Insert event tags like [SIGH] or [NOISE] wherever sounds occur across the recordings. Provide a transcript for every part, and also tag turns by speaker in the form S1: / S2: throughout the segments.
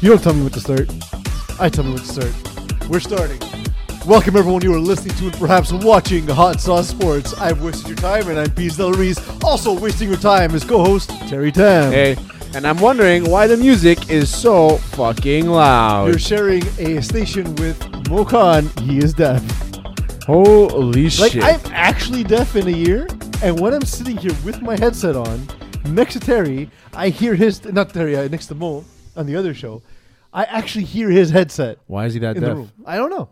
S1: You don't tell me what to start. I tell me what to start. We're starting. Welcome everyone you are listening to and perhaps watching Hot Sauce Sports. I've wasted your time and I'm Pease Del Reese. Also wasting your time is co-host Terry Tam.
S2: Hey, and I'm wondering why the music is so fucking
S1: You're
S2: loud.
S1: sharing a station with Mokan. He is deaf.
S2: Holy
S1: Like
S2: shit.
S1: I'm actually deaf in a year, and when I'm sitting here with my headset on, next to Terry, I hear his not Terry, uh, next to Mo on the other show, I actually hear his headset
S2: why is he that
S1: in the
S2: deaf?
S1: room. I don't know.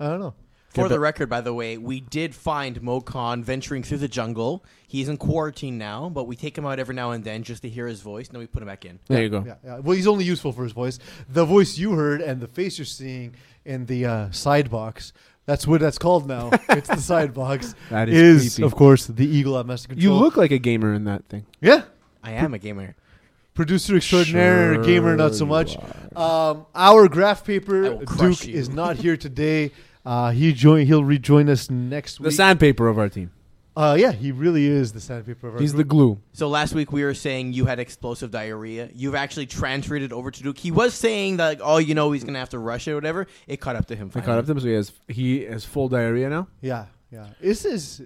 S1: I don't know.
S3: For
S2: but-
S3: the record, by the way, we did find Mokan venturing through the jungle. He's in quarantine now, but we take him out every now and then just to hear his voice, and then we put him back in.
S2: There you go.
S1: Yeah, yeah. Well, he's only useful for his voice. The voice you heard and the face you're seeing in the uh, side box. That's what that's called
S2: [LAUGHS]
S1: now. it's the side box.
S2: That is creepy.
S1: of course, the eagle at Master Control.
S2: You look like a gamer in that thing.
S1: yeah.
S3: I am a gamer.
S1: producer extraordinaire,
S2: Sure
S1: gamer, not so
S2: you
S1: much. Um, our graph paper
S3: I will crush
S1: Duke
S3: you.
S1: is not here today. Uh, he join. He'll rejoin us next
S2: The
S1: week.
S2: sandpaper of our team.
S1: uh, yeah, he really is the sandpaper. Of our
S2: He's
S1: group.
S2: the glue.
S3: So last week we were saying you had explosive diarrhea. You've actually transferred it over to Duke. He was saying that, like, oh, you know, he's gonna have to rush it or whatever. It caught up to him.
S2: I
S3: Finally.
S2: caught up to him, so he has he has full diarrhea now.
S1: yeah, yeah. This is.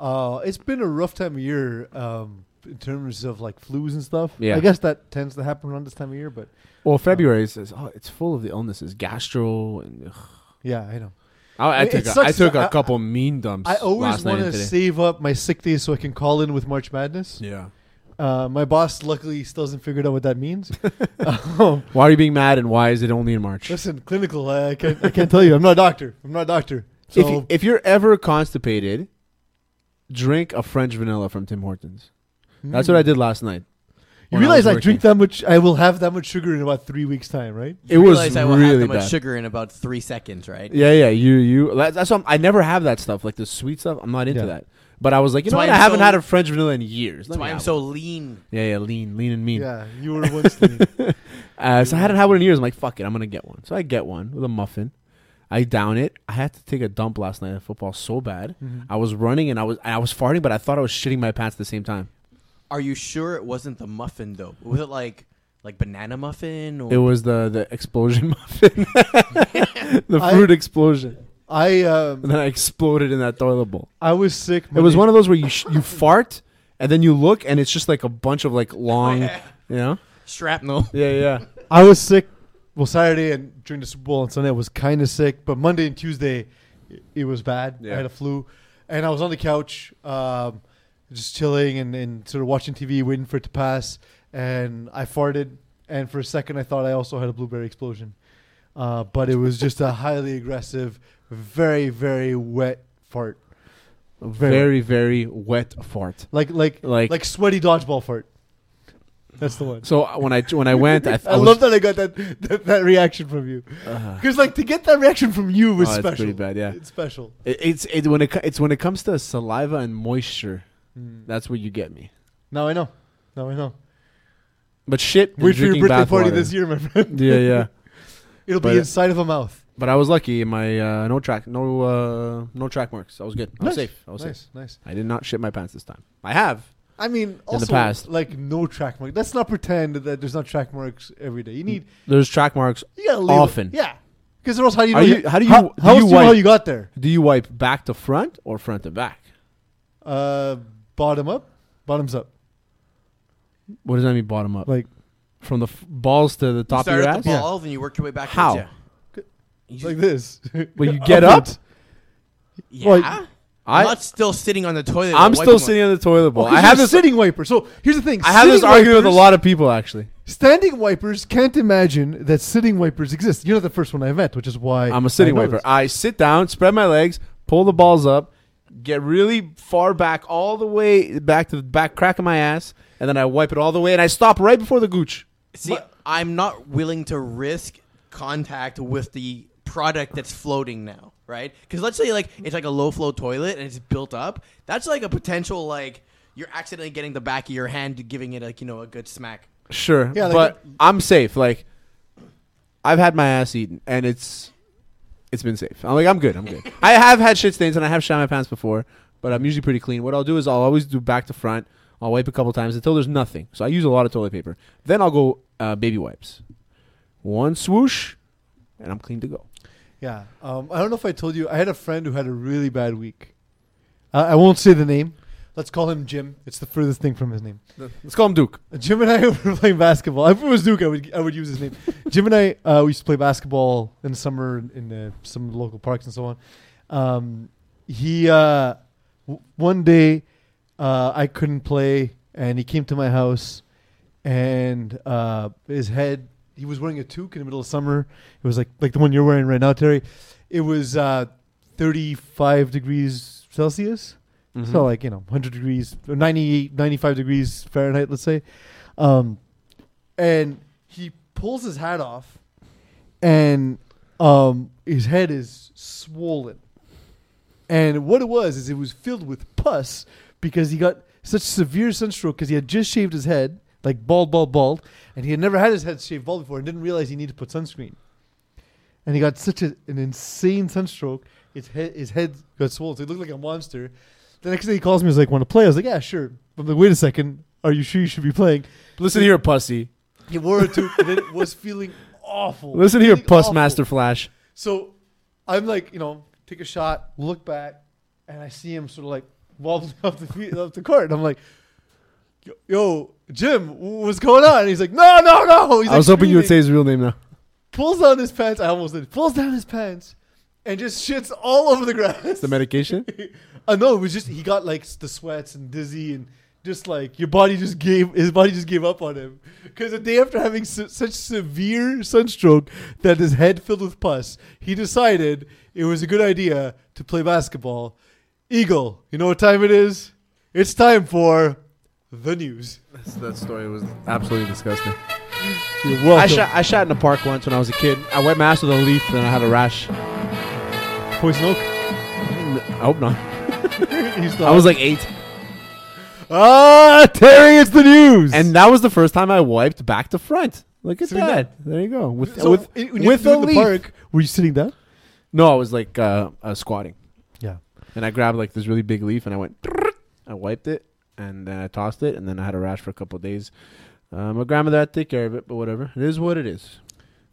S1: Uh, it's been a rough time of year um, in terms of like flus and stuff.
S2: Yeah.
S1: I guess that tends to happen around this time of year, but
S2: Well, February says, oh, it's full of the illnesses, gastro, and ugh.
S1: yeah, I know.
S2: I, I
S1: It
S2: took a,
S1: sucks
S2: I took
S1: that
S2: a
S1: I-
S2: couple mean dumps.
S1: I always
S2: last night
S1: want to
S2: and today.
S1: save up my sick days so I can call in with March Madness.
S2: Yeah.
S1: Uh, my boss luckily still hasn't figured out what that
S2: [LAUGHS]
S1: means. um,
S2: Why are you being mad, and why is it only in March?
S1: Listen, clinical. I can't, I can't tell you. I'm not a doctor. I'm not a doctor. So mm.
S2: if, you, if you're ever constipated, drink a French vanilla from Tim Hortons. That's what I did last night.
S1: you
S2: when
S1: realize
S2: was
S1: I,
S2: working.
S1: drink that much. I will have that much sugar in about three weeks' time, right?
S2: It
S3: You
S2: was
S3: realize I will have
S2: really
S3: that much
S2: bad.
S3: sugar in about three seconds, right?
S2: Yeah, yeah. You, you. That's, that's what I'm, I never have that stuff, like the sweet stuff. I'm not into
S1: Yeah.
S2: that. But I was like, you
S3: That's
S2: know
S3: why
S2: what? I
S3: I'm
S2: haven't
S3: so-
S2: had a French vanilla in years. Let
S3: That's
S2: me
S3: why I'm
S2: have
S3: so
S2: one.
S3: lean.
S2: Yeah, yeah. Lean, lean, and mean.
S1: Yeah, you were once.
S2: [LAUGHS]
S1: the-
S2: Uh, so I hadn't had one in years. I'm like, fuck it, I'm gonna get one. So I get one with a muffin. I down it. I had to take a dump last night at football so bad. I was running and I was I was farting, but I thought I was shitting my pants at the same time.
S3: Are you sure it wasn't the muffin though? Was it like like banana muffin? Or
S2: It was the the explosion [LAUGHS] muffin, the
S1: I-
S2: fruit explosion,
S1: I
S2: and
S1: um,
S2: then I exploded in that toilet bowl.
S1: I was sick.
S2: It was one of those where you sh- you fart and then you look and it's just like a bunch of like
S1: [LAUGHS] Oh,
S2: long, you know?
S3: shrapnel.
S2: Yeah, yeah.
S1: I was sick. Well, Saturday and during the Super Bowl and Sunday, I was kind of sick. But Monday and Tuesday, it, it was bad. I
S2: Yeah.
S1: had a flu, and I was on the couch, um, just chilling and, and sort of watching TV, waiting for it to pass. And I farted, and for a second, I thought I also had a blueberry explosion, uh, but it was just a highly aggressive, very very wet fart,
S2: Very very wet fart.
S1: like like like,
S2: Like-
S1: like sweaty dodgeball fart. That's the one.
S2: So when I when I went, I,
S1: [LAUGHS] I,
S2: was-
S1: love that I got that that, that reaction from you.
S2: Uh,
S1: Because like to get that reaction from you was
S2: Oh, it's
S1: special.
S2: pretty bad, yeah.
S1: it's special.
S2: It, it's it when it co- it's when it comes to saliva and moisture. That's where you get me.
S1: Hmm. Now I know. Now I know.
S2: But shit, and
S1: Wait for your
S2: drinking
S1: birthday
S2: bath
S1: party
S2: water.
S1: this year, my friend. [LAUGHS]
S2: Yeah, yeah.
S1: It'll
S2: But- uh,
S1: be inside of a mouth.
S2: But I was lucky. My uh, no track, no uh, no track marks. I was good. I was safe. I was
S1: nice,
S2: safe.
S1: nice.
S2: I did not shit my pants this time. I have.
S1: I mean, also
S2: past.
S1: like no track mark. Let's not pretend that there's not track marks every day. You need
S2: There's track marks.
S1: you gotta leave it.
S2: Often.
S1: yeah. Because else, how do you
S2: Are
S1: know?
S2: you- how do you-
S1: How,
S2: do
S1: how else
S2: you
S1: do you know how
S2: wipe?
S1: you got there?
S2: Do you wipe back to front or front to back?
S1: Uh, bottom up, bottoms up.
S2: What does that mean? Bottom up,
S1: Like
S2: from the f- balls to the top of
S3: Start
S2: your
S3: at
S2: ass.
S3: the ball, then you work your way back.
S2: How?
S1: like this.
S2: Well,
S1: [LAUGHS]
S2: you get up.
S1: Upwards.
S3: Yeah.
S1: Well,
S3: I,
S2: I-
S3: am not still sitting on the toilet.
S2: I'm
S3: while
S2: still
S3: wiping
S2: sitting on the toilet bowl.
S1: Well, 'cause
S2: I
S1: you're
S2: have
S1: a
S2: this.
S1: sitting wiper. So here's the thing.
S2: I have this
S1: sitting
S2: argument with a
S1: wipers-
S2: lot of people actually.
S1: Standing wipers can't imagine that sitting wipers exist. You're not the first one I met, which is why
S2: I'm a sitting
S1: I know
S2: wiper.
S1: this.
S2: I sit down, spread my legs, pull the balls up, get really far back, all the way back to the back crack of my ass, and then I wipe it all the way, and I stop right before the gooch.
S3: See, I'm not willing to risk contact with the product that's floating now, right? Because let's say like it's like a low flow toilet and it's built up. That's like a potential like you're accidentally getting the back of your hand giving it like you know a good smack.
S2: Sure,
S1: Yeah, like
S2: but I'm safe. Like I've had my ass eaten, and it's it's been safe. I'm like I'm good. I'm [LAUGHS] good. I have had shit stains, and I have shot my pants before, but I'm usually pretty clean. What I'll do is I'll always do back to front. I'll wipe a couple times until there's nothing. So I use a lot of toilet paper. Then I'll go uh, baby wipes. one swoosh, and I'm clean to go.
S1: Yeah. Um, I don't know if I told you. I had a friend who had a really bad week. I, I won't say the name. Let's call him Jim. It's the furthest thing from his name.
S2: Let's call him Duke.
S1: Jim [LAUGHS] and I were playing basketball. If it was Duke, I would I would use his name. Jim and I uh, we used to play basketball in the summer in uh, some local parks and so on. Um, he uh, w- one day uh, I couldn't play, and he came to my house, and uh, his head. He was wearing a toque in the middle of summer. It was like like the one you're wearing right now, Terry. It was uh, 35 degrees Celsius. So like, you know, 100 degrees, or 98, 95 degrees Fahrenheit, let's say. Um, and he pulls his hat off and um, his head is swollen. And what it was is it was filled with pus because he got such severe sunstroke because he had just shaved his head, like bald, bald, bald, and he had never had his head shaved bald before and didn't realize he needed to put sunscreen. And he got such a, an insane sunstroke, his head, his head got swollen. So he looked like a monster. The next day he calls me, he's like, "Want to play?" I was like, "Yeah, sure." But I'm like, "Wait a second, are you sure you should be playing?"
S2: Listen here, pussy.
S1: He wore a toque and then was feeling awful.
S2: Listen here,
S1: Feeling
S2: puss
S1: awful.
S2: master flash.
S1: So I'm like, you know, take a shot, look back, and I see him sort of like [LAUGHS] wobbling off the feet, off the court. And I'm like, "Yo- "Yo, Jim, wh- what's going on?" And he's like, "No, no, no." He's
S2: I was
S1: like
S2: hoping you would
S1: screaming
S2: say his real name now.
S1: pulls down his pants. I almost did. Pulls down his pants and just shits all over the grass.
S2: The [LAUGHS] medication.
S1: [LAUGHS] uh, no, it was just he got like s- the sweats and dizzy and just like your body just gave his body just gave up on him because the day after having su- such severe sunstroke that his head filled with pus, he decided it was a good idea to play basketball. Eagle, you know what time it is? It's time for the news.
S2: that story was absolutely disgusting.
S1: You're welcome.
S2: I shot. I shot in the park once when I was a kid. I wet my ass with a leaf, and I had a rash.
S1: poison oak. [LAUGHS]
S2: I hope not.
S1: He's
S2: I
S1: not-
S2: was like eight,
S1: ah, Terry, it's the news.
S2: and that was the first time I wiped back to front. Look at
S1: So we know-
S2: that. There you go. With
S1: So
S2: with
S1: i- when you
S2: with
S1: were
S2: a
S1: in the
S2: leaf.
S1: park, were you sitting down?
S2: No, I was like uh, uh, squatting.
S1: Yeah.
S2: And I grabbed like this really big leaf and I went, I wiped it and then I tossed it and then I had a rash for a couple of days. Uh, my grandmother had to take care of it, but whatever. It is what it is.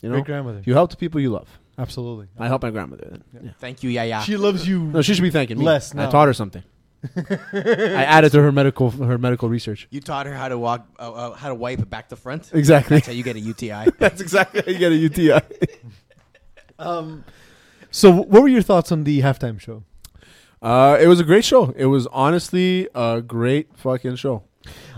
S2: You know,
S1: Great grandmother.
S2: you help the people you love.
S1: Absolutely.
S2: I help my grandmother. Then. Yeah.
S3: Thank you, Yaya.
S1: She loves you.
S2: No, she should be thanking me.
S1: Less
S2: I
S1: now.
S2: taught her something. I added to her medical her medical research.
S3: you taught her how to walk, uh, uh, how to wipe back
S2: [LAUGHS]
S3: to front.
S2: Exactly.
S3: That's how you get a UTI.
S2: That's exactly how you get a UTI.
S1: Um, so, wh- what were your thoughts on the halftime show?
S2: Uh, it was a great show. It was honestly a great fucking show.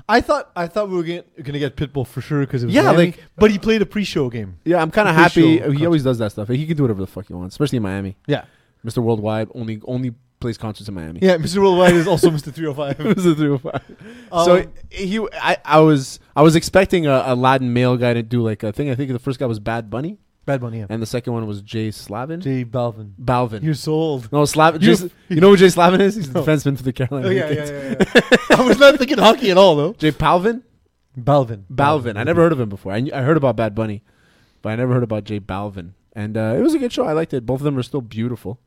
S1: I thought I thought we were going to get Pitbull for sure because it was
S2: Yeah,
S1: Miami,
S2: like-
S1: but he played a pre-show game.
S2: Yeah, I'm kind of
S1: Official
S2: happy. He
S1: concert.
S2: always does that stuff. He can do whatever the fuck he wants, especially in Miami.
S1: Yeah,
S2: Mr. Worldwide only only plays concerts in Miami.
S1: yeah. [LAUGHS] Mr. Worldwide is also Mr. Three Hundred [LAUGHS] Five.
S2: [LAUGHS] It was a three oh five.
S1: Um,
S2: so he, I, I was, I was expecting a, a Latin male guy to do like a thing. I think the first guy was Bad Bunny,
S1: Bad Bunny, yeah.
S2: and the second one was Jay Slavin.
S1: J Balvin.
S2: Balvin.
S1: You're so old.
S2: no, Slavin.
S1: You're-
S2: Jay, you know who Jay Slavin is? He's the
S1: No.
S2: defenseman for the
S1: [LAUGHS]
S2: Carolina
S1: Oh, yeah, yeah,
S2: Hurricanes.
S1: yeah, [LAUGHS] yeah. I was not thinking hockey at all, though.
S2: Jay Palvin.
S1: Balvin.
S2: Balvin. I never heard of him before. I, knew- I heard about Bad Bunny, but I never heard about Jay Balvin. And uh, it was a good show. I liked it. Both of them are still beautiful.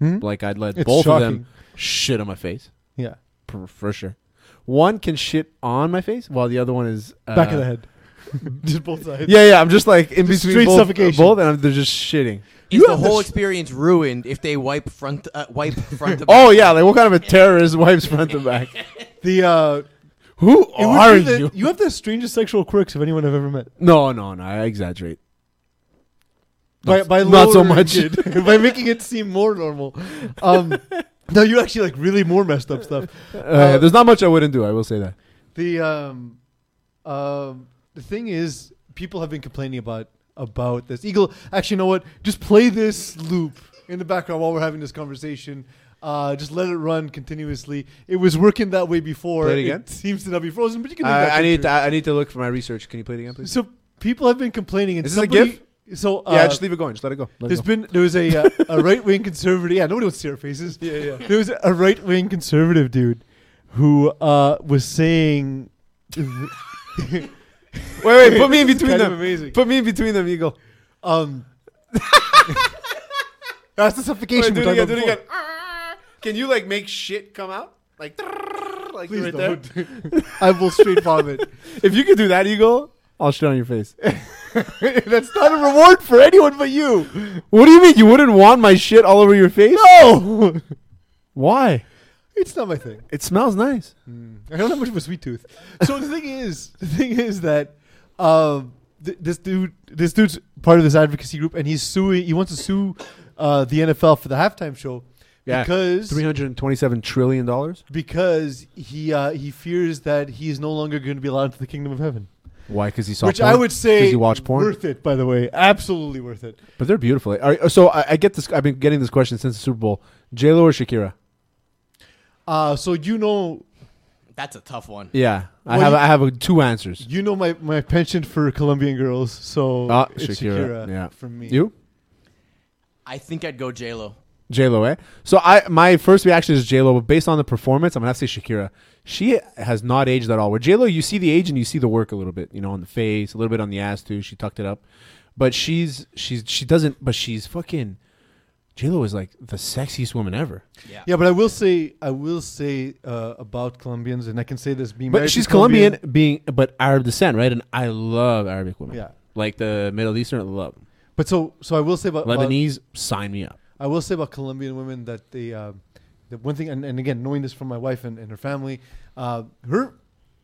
S1: Hmm?
S2: Like I'd let
S1: It's
S2: both of
S1: shocking.
S2: them shit on my face
S1: Yeah.
S2: for, for sure. One can shit on my face while the other one is uh,
S1: Back of the
S2: [LAUGHS]
S1: head. [LAUGHS] Just both sides.
S2: Yeah, yeah. I'm just like in
S1: Just
S2: between
S1: straight
S2: both,
S1: suffocation.
S2: both, and I'm, they're just shitting.
S3: Is
S1: You
S3: the
S1: have the
S3: whole
S1: sh-
S3: experience ruined if they wipe front, uh, wipe front? to back?
S2: Oh yeah, like what kind of a terrorist wipes front to back?
S1: The uh,
S2: Who
S1: it would
S2: are
S1: be the-
S2: you?
S1: You have the strangest sexual quirks of anyone I've ever met.
S2: No, no, no. I exaggerate.
S1: by,
S2: Not-
S1: by
S2: [LAUGHS] not so
S1: lowering
S2: much. [LAUGHS]
S1: it, [LAUGHS] by making it seem more normal. Um, no, you actually like really more messed up stuff.
S2: Uh, yeah, there's not much I wouldn't do. I will say that.
S1: The um, um, the thing is, people have been complaining about about this. Eagle, actually, you know what? Just play this loop in the background while we're having this conversation. Uh, just let it run continuously. It was working that way before.
S2: Play it again?
S1: seems to not be frozen, but you can.
S2: I,
S1: leave that
S2: I need to,
S1: picture.
S2: I I need to look for my research. Can you play it again, please?
S1: So people have been complaining. And
S2: Is this a
S1: somebody- So uh,
S2: yeah, just leave it going. Just let it go. Let it
S1: There's
S2: go. [LAUGHS]
S1: been there was a uh, a right wing conservative. Yeah, nobody wants to see our faces.
S2: [LAUGHS]
S1: Yeah, yeah. There was a right wing conservative dude who uh, was saying,
S2: Wait, wait, put me in
S1: It's
S2: between
S1: kind of
S2: them.
S1: amazing.
S2: Put me in between them, Eagle.
S1: um, [LAUGHS] that's the suffocation.
S2: Wait,
S1: we're
S2: do it
S1: talking
S2: again, do it
S1: about
S2: again. Can you like make shit come out? Like, like
S1: Please
S2: right
S1: don't. before. I will straight vomit.
S2: [LAUGHS] there? If you could do that, Eagle, I'll shit on your face.
S1: That's not a reward for anyone but you.
S2: What do you mean you wouldn't want my shit all over your face?
S1: No,
S2: [LAUGHS] Why?
S1: it's not my thing.
S2: It smells nice.
S1: I don't have much of a sweet tooth. So the thing is, the thing is that um, th- this dude, this dude's part of this advocacy group, and he's suing. He wants to sue uh, the NFL for the halftime show
S2: Yeah.
S1: because
S2: Three hundred twenty-seven trillion dollars.
S1: because he uh, he fears that he is no longer going to be allowed into the kingdom of heaven,
S2: Why? Because he saw.
S1: which
S2: porn?
S1: I would say
S2: Because you watch porn.
S1: worth it. By the way, absolutely worth it.
S2: But they're beautiful. All right, so I, I get this. I've been getting this question since the Super Bowl: J Lo or Shakira?
S1: Uh, so you know,
S3: That's a tough one.
S2: Yeah, I
S1: Well,
S2: have.
S1: you-
S2: I have uh, two answers.
S1: you know my, my penchant for Colombian girls. So
S2: Ah,
S1: it's
S2: Shakira,
S1: Shakira,
S2: yeah.
S1: for me.
S2: You,
S3: I think I'd go J Lo.
S2: J Lo, eh? So I, my first reaction is J Lo, but based on the performance, I'm gonna have to say Shakira. She has not aged at all. Where J Lo, you see the age and you see the work a little bit, you know, on the face, a little bit on the ass too. She tucked it up, but she's she's she doesn't. But she's fucking. J Lo is like the sexiest woman ever.
S3: Yeah.
S1: Yeah, but I will say I will say uh, about Colombians, and I can say this being
S2: But
S1: married to
S2: she's Colombian, being but Arab descent, right? And I love Arabic women.
S1: Yeah.
S2: like the Middle Eastern, love 'em.
S1: But so so I will say about, about-
S2: Lebanese. Sign me up.
S1: I will say about Colombian women that they uh, the one thing, and, and again knowing this from my wife and, and her family, uh, her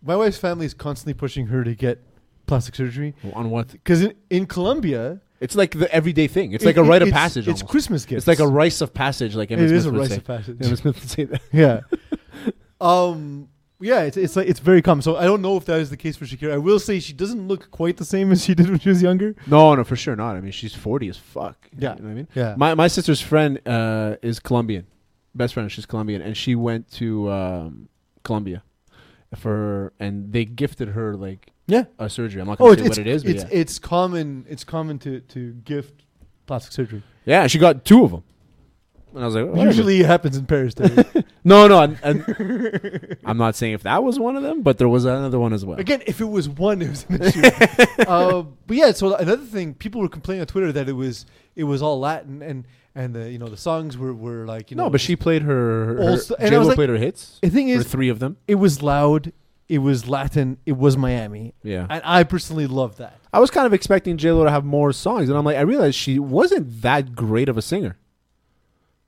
S1: my wife's family is constantly pushing her to get plastic surgery
S2: On what?
S1: because in, in Colombia
S2: It's like the everyday thing. It's
S1: it-
S2: like a
S1: it-
S2: rite of
S1: it's-
S2: passage.
S1: It's
S2: almost.
S1: Christmas gifts.
S2: It's like a rice of passage, like Emma
S1: it
S2: Smith
S1: is a
S2: would
S1: rice
S2: say.
S1: of passage.
S2: Emma Smith would say that.
S1: Yeah. [LAUGHS] um. Yeah, it's, it's like it's very common. So I don't know if that is the case for Shakira. I will say she doesn't look quite the same as she did when she was younger.
S2: No, no, for sure not. I mean, she's forty as fuck.
S1: Yeah.
S2: you know what I mean.
S1: Yeah.
S2: My my sister's friend uh, is Colombian, best friend. She's Colombian, and she went to um, Colombia for her, and they gifted her like
S1: yeah.
S2: a surgery. I'm not gonna
S1: Oh,
S2: say
S1: it's, it's,
S2: what it is, but
S1: it's,
S2: yeah.
S1: it's common. It's common to, to gift plastic surgery.
S2: yeah, she got two of them, and I was like, whatever.
S1: Usually it happens in Paris. Though.
S2: [LAUGHS]
S1: [LAUGHS]
S2: no, no. I'm, I'm, I'm not saying if that was one of them, but there was another one as well.
S1: Again, if it was one, it was an issue.
S2: [LAUGHS]
S1: uh, but yeah, so another thing, people were complaining on Twitter that it was it was all Latin and and the you know the songs were, were like you know.
S2: no, but she played her. her
S1: Also- and I
S2: J-Lo
S1: was like-
S2: played her hits.
S1: The thing
S2: Or
S1: is,
S2: three of them.
S1: it was loud. It was Latin. It was Miami,
S2: Yeah.
S1: and I personally love that.
S2: I was kind of expecting J Lo to have more songs, and I'm like, I realized she wasn't that great of a singer.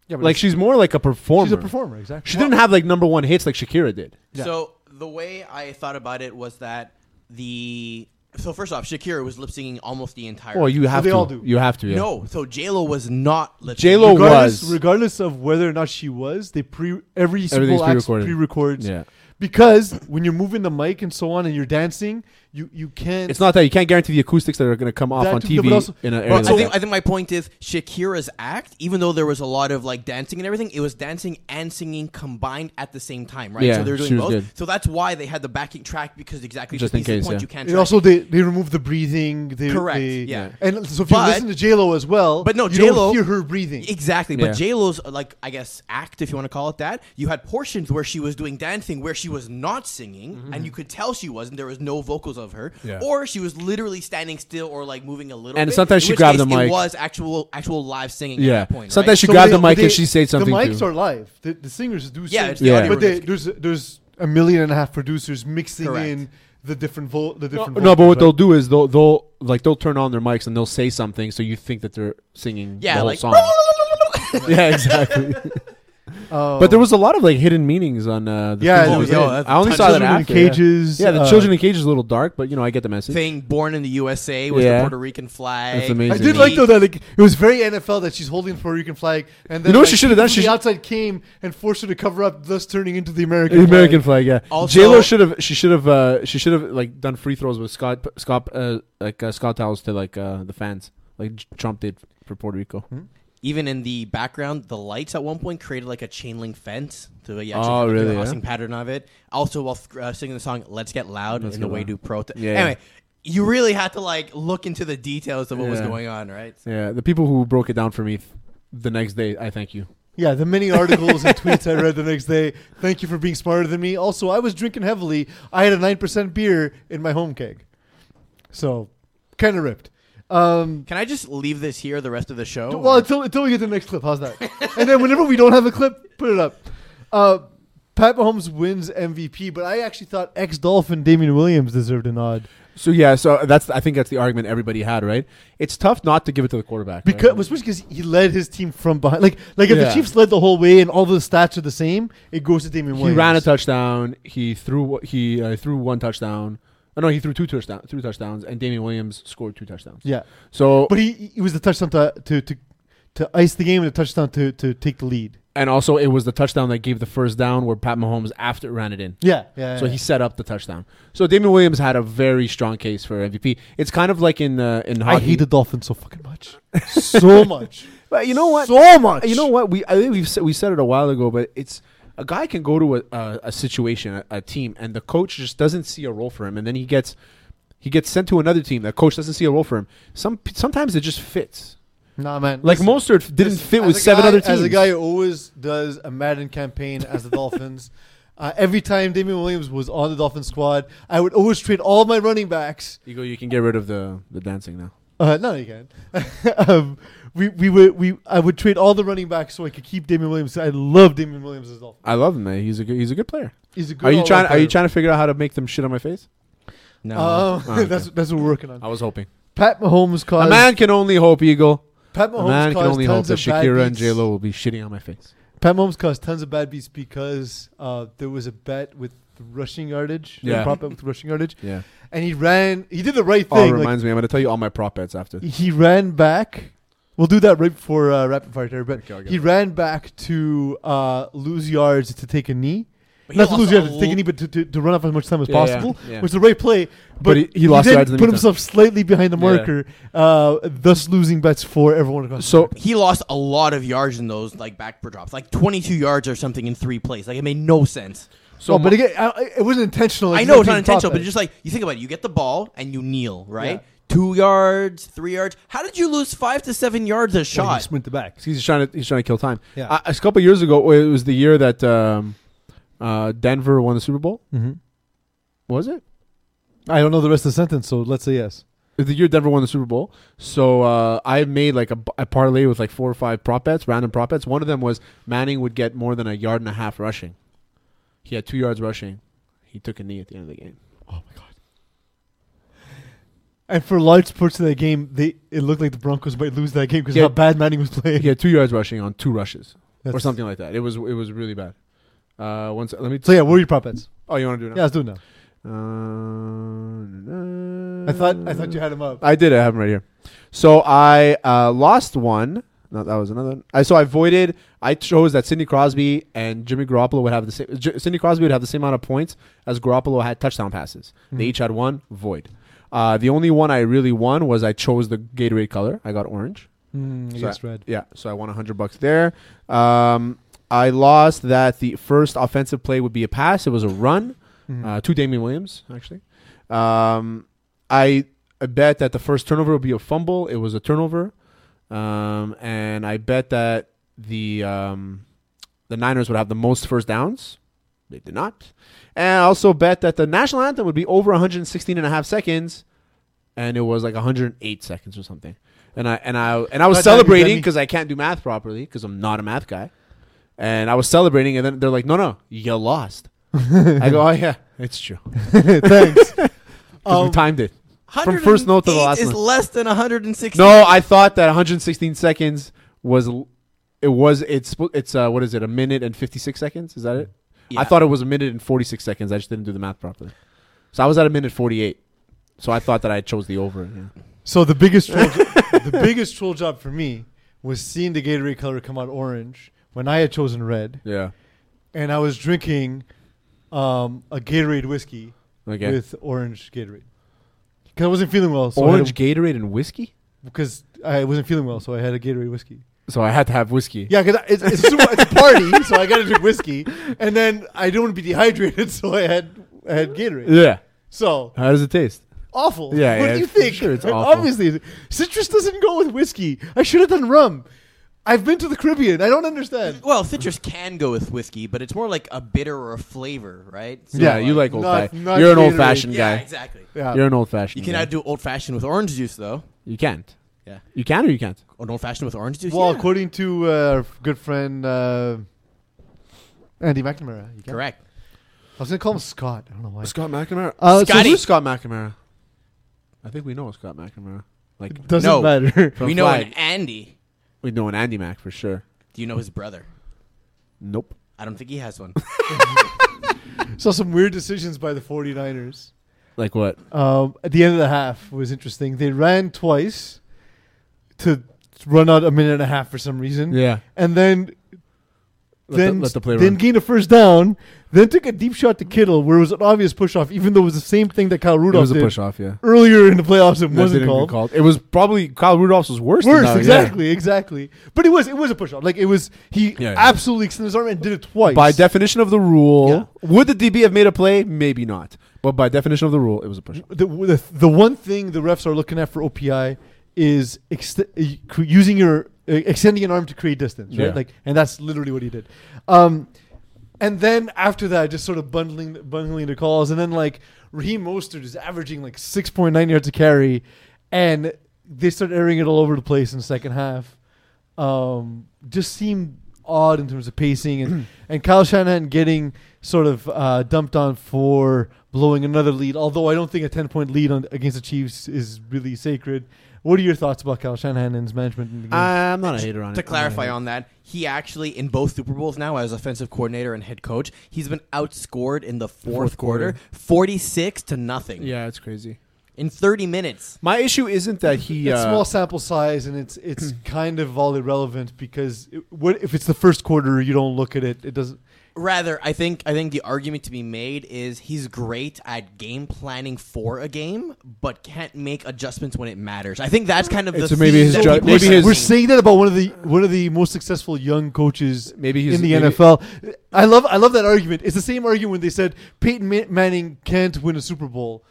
S1: Yeah, but
S2: Like she's more like a performer.
S1: she's a performer, exactly.
S2: She didn't have like number one hits like Shakira did.
S1: Yeah.
S3: So the way I thought about it was that the so first off, Shakira was lip singing almost the entire.
S2: Well, you have
S1: they
S2: to.
S1: all do.
S2: You have to. Yeah.
S3: no. So J Lo was not lip
S2: J-Lo
S3: syncing.
S1: regardless,
S2: was.
S1: regardless of whether or not she was, they pre every
S2: Everything's
S1: single act
S2: pre-recorded.
S1: pre-records.
S2: Yeah.
S1: Because when you're moving the mic and so on, and you're dancing, you you can't.
S2: It's not that you can't guarantee the acoustics that are going to come off
S1: That
S2: on
S1: too,
S2: TV
S1: but also-
S2: in an
S1: but
S2: area.
S3: I
S2: like
S3: think,
S2: that.
S3: I think my point is Shakira's act, even though there was a lot of like dancing and everything, it was dancing and singing combined at the same time, right?
S2: Yeah,
S3: so they were doing
S2: she was
S3: both.
S2: good.
S3: So that's why they had the backing track because exactly
S2: Just
S3: to
S2: in
S3: Steve's
S2: case,
S3: point,
S2: yeah.
S3: you can't.
S1: It
S3: track
S1: also they they remove the breathing. They,
S3: Correct,
S1: they-
S3: yeah.
S1: And so if
S3: But-
S1: you listen to J Lo as well,
S3: but no,
S1: you don't
S3: J.Lo
S1: hear her breathing.
S3: Exactly,
S2: Yeah.
S3: but J Lo's like I guess act, if you want to call it that. You had portions where she was doing dancing, where she was not singing, and you could tell she wasn't. There was no vocals of her,
S2: Mm-hmm. Yeah.
S3: or she was literally standing still or like moving a little.
S2: And
S3: bit,
S2: sometimes
S3: in
S2: she
S3: which
S2: grabbed the
S3: case
S2: mic.
S3: It was actual actual live singing.
S2: Yeah.
S3: at that point,
S2: Sometimes
S3: right?
S2: she
S1: So
S2: grabbed
S1: they-
S2: the mic
S1: they-
S2: and she said something.
S1: The mics
S2: too.
S1: are live. The, the singers do.
S3: Yeah,
S1: sing.
S3: it's the Yeah.
S2: audio
S1: But they,
S3: recording.
S1: there's there's a million and a half producers mixing
S3: Correct.
S1: in the different vo- the
S2: No,
S1: different.
S2: no, but
S1: vocals,
S2: what
S1: right?
S2: they'll do is they'll they'll like they'll turn on their mics and they'll say something so you think that they're singing
S3: yeah,
S2: the whole
S3: like [LAUGHS]
S2: song. yeah,
S1: [LAUGHS]
S2: exactly.
S1: Oh.
S2: But there was a lot of like hidden meanings on uh, the
S1: Yeah, there
S2: things that
S1: was-
S2: were
S1: yeah,
S2: written.
S3: that's
S2: I only
S3: tons
S2: saw
S3: of
S2: that
S1: children in
S2: after. yeah.
S1: cages.
S2: Yeah, the
S1: uh,
S2: children in cages is a little dark, but you know I get the message.
S3: thing born in the USA with
S2: Yeah.
S3: the Puerto Rican flag.
S2: That's amazing.
S1: I did like though that like, it was very NFL that she's holding the Puerto Rican flag, and then
S2: You know what
S1: like,
S2: she should've done?
S1: people from the
S2: She sh-
S1: outside came and forced her to cover up, thus turning into the American.
S2: The American flag, yeah.
S3: Also-
S2: J Lo should have. She should have. Uh, she should have like done free throws with Scott. Scott, uh, like uh, Scott towels to like uh, the fans, like J- Trump did for Puerto Rico.
S3: Even in the background, the lights at one point created like a chain link fence. So you actually
S2: Oh,
S3: have, like,
S2: really,
S3: The
S2: yeah?
S3: housing pattern of it. Also, while uh, singing the song "Let's Get Loud" in the
S2: Get
S3: way
S2: Loud.
S3: do protest.
S2: Yeah,
S3: anyway, you really had to like look into the details of what was
S2: Yeah.
S3: going on, right?
S2: Yeah, the people who broke it down for me th- the next day, I thank you.
S1: Yeah, the many articles and tweets I read the next day. Thank you for being smarter than me. Also, I was drinking heavily. I had a nine percent beer in my home keg, so kind of ripped. Um,
S3: Can I just leave this here the rest of the show?
S2: Oh.
S1: well,
S3: or-
S1: until until we get to the next clip, how's that? and then whenever we don't have a clip, put it up. Uh, Pat Mahomes wins MVP, but I actually thought ex Dolphin Damian Williams deserved a nod
S2: So yeah, so uh, that's I think that's the argument everybody had, right? It's tough not to give it to the quarterback right?
S1: because especially because he led his team from behind. Like like if
S2: Yeah.
S1: the Chiefs led the whole way and all the stats are the same, it goes to Damian
S2: he
S1: Williams.
S2: ran a touchdown. He threw he uh, threw one touchdown. Oh, no, he threw two touchdowns, two touchdowns, and Damian Williams scored two touchdowns.
S1: Yeah,
S2: So
S1: but he it was the touchdown to to to, to ice the game and the touchdown to to take the lead.
S2: and also it was the touchdown that gave the first down where Pat Mahomes after ran it in.
S1: Yeah, yeah.
S2: So he set up the touchdown. So Damian Williams had a very strong case for MVP. It's kind of like in uh, in hockey.
S1: I hate the Dolphins so fucking much, [LAUGHS] so much.
S2: But you know what?
S1: So much.
S2: You know what? We I think we've said, we said it a while ago, but it's a guy can go to a a, a situation, a, a team, and the coach just doesn't see a role for him, and then he gets he gets sent to another team. The coach doesn't see a role for him. Some sometimes it just fits.
S1: Nah, man.
S2: Like
S1: listen.
S2: Mostert didn't
S1: Listen,
S2: fit
S1: as
S2: with
S1: a
S2: seven
S1: guy-
S2: other teams.
S1: As a guy who always does a Madden campaign as the Dolphins, [LAUGHS] uh, every time Damian Williams was on the Dolphins squad, I would always trade all my running backs.
S2: you go. You can get rid of the the dancing now.
S1: Uh, no, you can't. [LAUGHS] um, we we would we I would trade all the running backs so I could keep Damian Williams. I love Damian Williams as a Dolphin.
S2: I love him. Man. He's a good, he's a good player.
S1: He's a good.
S2: Are you
S1: all-around
S2: trying? Are you
S1: player.
S2: trying to figure out how to make them shit on my face?
S3: No.
S1: Um, [LAUGHS]
S2: Oh, okay.
S1: that's that's what we're working on.
S2: I was hoping.
S1: Pat Mahomes
S2: A
S1: caused
S2: man can only hope, Eagle.
S1: Pat
S2: A
S1: Mahomes
S2: man can
S1: caused
S2: only hope
S1: tons
S2: that
S1: of bad
S2: Shakira and
S1: beats.
S2: J Lo will be shitting on my face.
S1: Pat Mahomes caused tons of bad beats because uh, there was a bet with rushing yardage.
S2: Yeah.
S1: Yeah, prop bet with rushing yardage.
S2: Yeah.
S1: and he ran. He did the right
S2: Oh, it
S1: thing. like,
S2: reminds me. I'm going to tell you all my prop bets after.
S1: he ran back. We'll do that right before uh, rapid fire here, but
S2: Okay, I'll get
S1: he
S2: it.
S1: ran back to uh, lose yards to take a knee.
S3: But he
S1: Not to
S3: lost
S1: lose
S3: a
S1: yards to take
S3: l-
S1: a knee, but to, to, to run off as much time as
S2: Yeah,
S1: possible,
S2: yeah, yeah.
S1: which is the right play. But,
S2: But he- he lost
S1: did
S2: yards in the
S1: Put
S2: meantime.
S1: himself slightly behind the
S2: Yeah.
S1: marker, uh, thus losing bets for everyone across. the
S2: So
S1: board.
S3: he lost a lot of yards in those like back drops, like 22 yards or something in three plays. Like it made no sense.
S2: so
S1: Oh, but again, I, I- it wasn't intentional.
S3: I
S1: It's
S3: know it's not
S1: taking
S3: intentional,
S1: top
S3: but
S1: edge.
S3: just like you think about it, you get the ball and you kneel, right?
S1: Yeah.
S3: Two yards, three yards. How did you lose five to seven yards a
S1: Well, he
S3: shot?
S1: sprint the back.
S2: [LAUGHS] he's trying to he's trying to kill time.
S1: Yeah.
S2: I- a couple years ago, it was the year that um, uh, Denver won the Super Bowl.
S1: Mm-hmm.
S2: Was it?
S1: I don't know the rest of the sentence, so let's say yes.
S2: It was The year Denver won the Super Bowl. So uh, I made like a, a parlay with like four or five prop bets, random prop bets. One of them was Manning would get more than a yard and a half rushing. He had two yards rushing. He took a knee at the end of the game.
S1: Oh my god! And for large parts of that game, they it looked like the Broncos might lose that game because
S2: Yeah.
S1: how bad Manning was playing,
S2: He had two yards rushing on two rushes or
S1: That's-
S2: something like that. It was it was really bad. Uh, once let me.
S1: So yeah, what are your prop bets?
S2: oh, you want to do it now? Uh,
S1: Yeah, let's do it now.
S2: I
S1: I thought I thought you had him up.
S2: I did. I have them right here. So I uh, lost one. No, that was another. One. I so I avoided. I chose that Sidney Crosby and Jimmy Garoppolo would have the same. J- Sidney Crosby would have the same amount of points as Garoppolo had touchdown passes.
S1: Mm. Mm-hmm.
S2: They each had one void. Uh, the only one I really won was I chose the Gatorade color. I got orange.
S1: Mm,
S2: So
S1: yes,
S2: I-
S1: red.
S2: Yeah, so I won hundred bucks there. Um, I lost that the first offensive play would be a pass. It was a run
S1: Mm-hmm. Mm.
S2: uh, to Damian Williams, actually. Um, I, I bet that the first turnover would be a fumble. It was a turnover, um, and I bet that the um, the Niners would have the most first downs. They did not, and I also bet that the national anthem would be over 116 and a half seconds, and it was like 108 seconds or something. And I and I and I was
S1: By the time you get
S2: celebrating
S1: me-
S2: because I can't do math properly because I'm not a math guy, and I was celebrating, and then they're like, "No, no, you
S1: [LAUGHS]
S2: lost." I go, "Oh yeah, it's true."
S1: Uh, Thanks.
S2: 'Cause we
S1: Um,
S2: timed it. From first note to the last
S3: 108 is
S2: one.
S3: less than 160.
S2: No, I thought that 116 seconds was l- it was it's sp- it's uh, what is it a minute and 56 seconds? Is that it?
S3: Yeah.
S2: I thought it was a minute and 46 seconds. I just didn't do the math properly. So I was at a minute 48. So I thought that I chose the over. Yeah.
S1: so the biggest
S2: [LAUGHS]
S1: troll jo- the biggest troll job for me was seeing the Gatorade color come out orange when I had chosen red,
S2: yeah.
S1: and I was drinking um, a Gatorade whiskey
S2: Okay.
S1: with orange Gatorade because I wasn't feeling well. So
S2: Orange Gatorade and whiskey.
S1: because I wasn't feeling well, so I had a Gatorade whiskey.
S2: So I had to have whiskey.
S1: Yeah, because it's, it's, a super- it's a party, so I got to drink whiskey, and then I don't want to be dehydrated, [LAUGHS] so I had I had Gatorade.
S2: Yeah.
S1: So
S2: How does it taste?
S1: awful.
S2: Yeah,
S1: what
S2: yeah,
S1: do you
S2: for
S1: think?
S2: sure it's
S1: Like,
S2: awful.
S1: Obviously, citrus doesn't go with whiskey. I should have done rum. I've been to the Caribbean. I don't understand.
S3: Well, citrus can go with whiskey, but it's more like a bitter or a flavor, right? So,
S2: Yeah, you like old
S1: Not-
S2: fashioned.
S1: not
S2: You're an
S1: Gatorade.
S2: old fashioned
S3: Yeah,
S2: guy.
S3: exactly.
S1: Yeah,
S2: You're an old fashioned.
S3: You cannot do old fashioned with orange juice though.
S2: You can't.
S3: Yeah.
S2: You can or you can't.
S3: An old fashioned with orange juice.
S1: Well,
S3: yeah.
S1: according to uh, our good friend uh, Andy McNamara. You can.
S3: Correct.
S1: I was gonna call him Scott. I don't know why.
S2: Scott McNamara.
S1: Uh, so
S2: Scotty.
S1: who's
S2: Scott McNamara? I think we know Scott McNamara. Like
S1: It doesn't
S3: No.
S1: matter.
S2: From
S3: we know
S2: Flag.
S3: an Andy.
S2: we know an Andy Mac for sure.
S3: Do you know his brother?
S2: Nope.
S3: I don't think he has one.
S1: Saw some weird decisions by the 49ers.
S2: Like what?
S1: Um, at the end of the half was interesting. They ran twice to run out a minute and a half for some reason,
S2: Yeah.
S1: and then
S2: Let
S1: then
S2: the, let the play
S1: then
S2: run.
S1: gained a first down. Then took a deep shot to Kittle, where it was an obvious push off, even though it was the same thing that Kyle
S2: It
S1: Rudolph
S2: was a
S1: did
S2: push off. Yeah.
S1: earlier in the playoffs. It
S2: That
S1: wasn't
S2: didn't get
S1: called.
S2: It was probably Kyle Rudolph's was worse. than
S1: Worse,
S2: that, yeah.
S1: exactly, exactly. But it was it was a push off. Like it was he
S2: Yeah, yeah.
S1: absolutely extended his arm and did it twice.
S2: By definition of the rule, would the DB have made a play? Maybe not. But by definition of the rule, it was a push.
S1: the, the the one thing the refs are looking at for OPI is ext- uh, cre- using your uh, extending an arm to create distance, right?
S2: Yeah.
S1: Like, and that's literally what he did. Um, and then after that, just sort of bundling bundling the calls, and then like Raheem Mostert is averaging like six point nine yards a carry, and they start airing it all over the place in the second half. Um, just seemed odd in terms of pacing, and [CLEARS THROAT] and Kyle Shanahan getting sort of uh, dumped on for blowing another lead. Although I don't think a ten point lead on, against the Chiefs is really sacred. What are your thoughts about Kyle Shanahan and his management? In the game?
S2: I'm not a hater on it.
S3: to clarify
S2: I'm not
S3: on that, he actually in both Super Bowls now as offensive coordinator and head coach, he's been outscored in the fourth,
S2: fourth
S3: quarter,
S2: quarter.
S3: 46 to
S2: a
S3: nothing.
S2: hater. yeah, it's crazy.
S3: In 30 minutes.
S2: My issue isn't that he.
S1: It's
S2: uh, Hmm.
S1: small sample size, and it's it's kind of all irrelevant because it, what if it's the first quarter? You don't look at it. It doesn't.
S3: Rather, I think I think the argument to be made is he's great at game planning for a game, but can't make adjustments when it matters. I think that's kind of
S2: It's
S3: the
S2: maybe
S3: theme
S2: his
S3: that
S2: ju-
S3: people
S2: maybe
S3: are
S2: his-
S1: We're
S3: saying.
S1: saying that about one of the one of the most successful young coaches
S2: Maybe he's
S1: in the
S2: maybe-
S1: NFL. I love I love that argument. It's the same argument when they said Peyton Ma- Manning can't win a Super Bowl,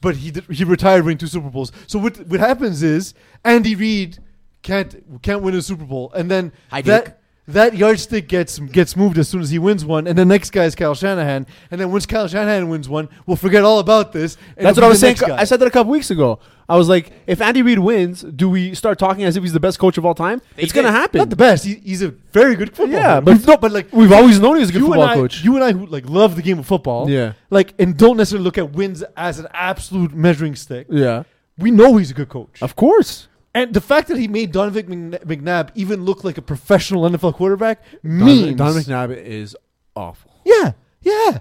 S1: but he did, he retired winning two Super Bowls. So what what happens is Andy Reid can't can't win a Super Bowl, and then
S3: Hi,
S1: that.
S3: Duke.
S1: That yardstick gets gets moved as soon as he wins one, and the next guy is Kyle Shanahan. And then once Kyle Shanahan wins one, we'll forget all about this. and
S2: That's
S1: it'll
S2: what I
S1: be the
S2: was saying.
S1: next guy.
S2: I said that a couple weeks ago. I was like, if Andy Reid wins, do we start talking as if he's the best coach of all time?
S3: They
S2: it's going to
S3: did.
S2: happen.
S1: not the best. He, he's a very good football. player.
S2: yeah, but
S1: We've- no, but like
S2: we've always known he's a good
S1: you
S2: football
S1: and I,
S2: coach.
S1: You and I who like love the game of football.
S2: Yeah.
S1: Like and don't necessarily look at wins as an absolute measuring stick.
S2: yeah,
S1: We know he's a good coach.
S2: of course.
S1: And the fact that he made Donovan McNa- McNabb even look like a professional NFL quarterback
S2: Donovan,
S1: means
S2: Donovan McNabb is awful.
S1: Yeah. Yeah.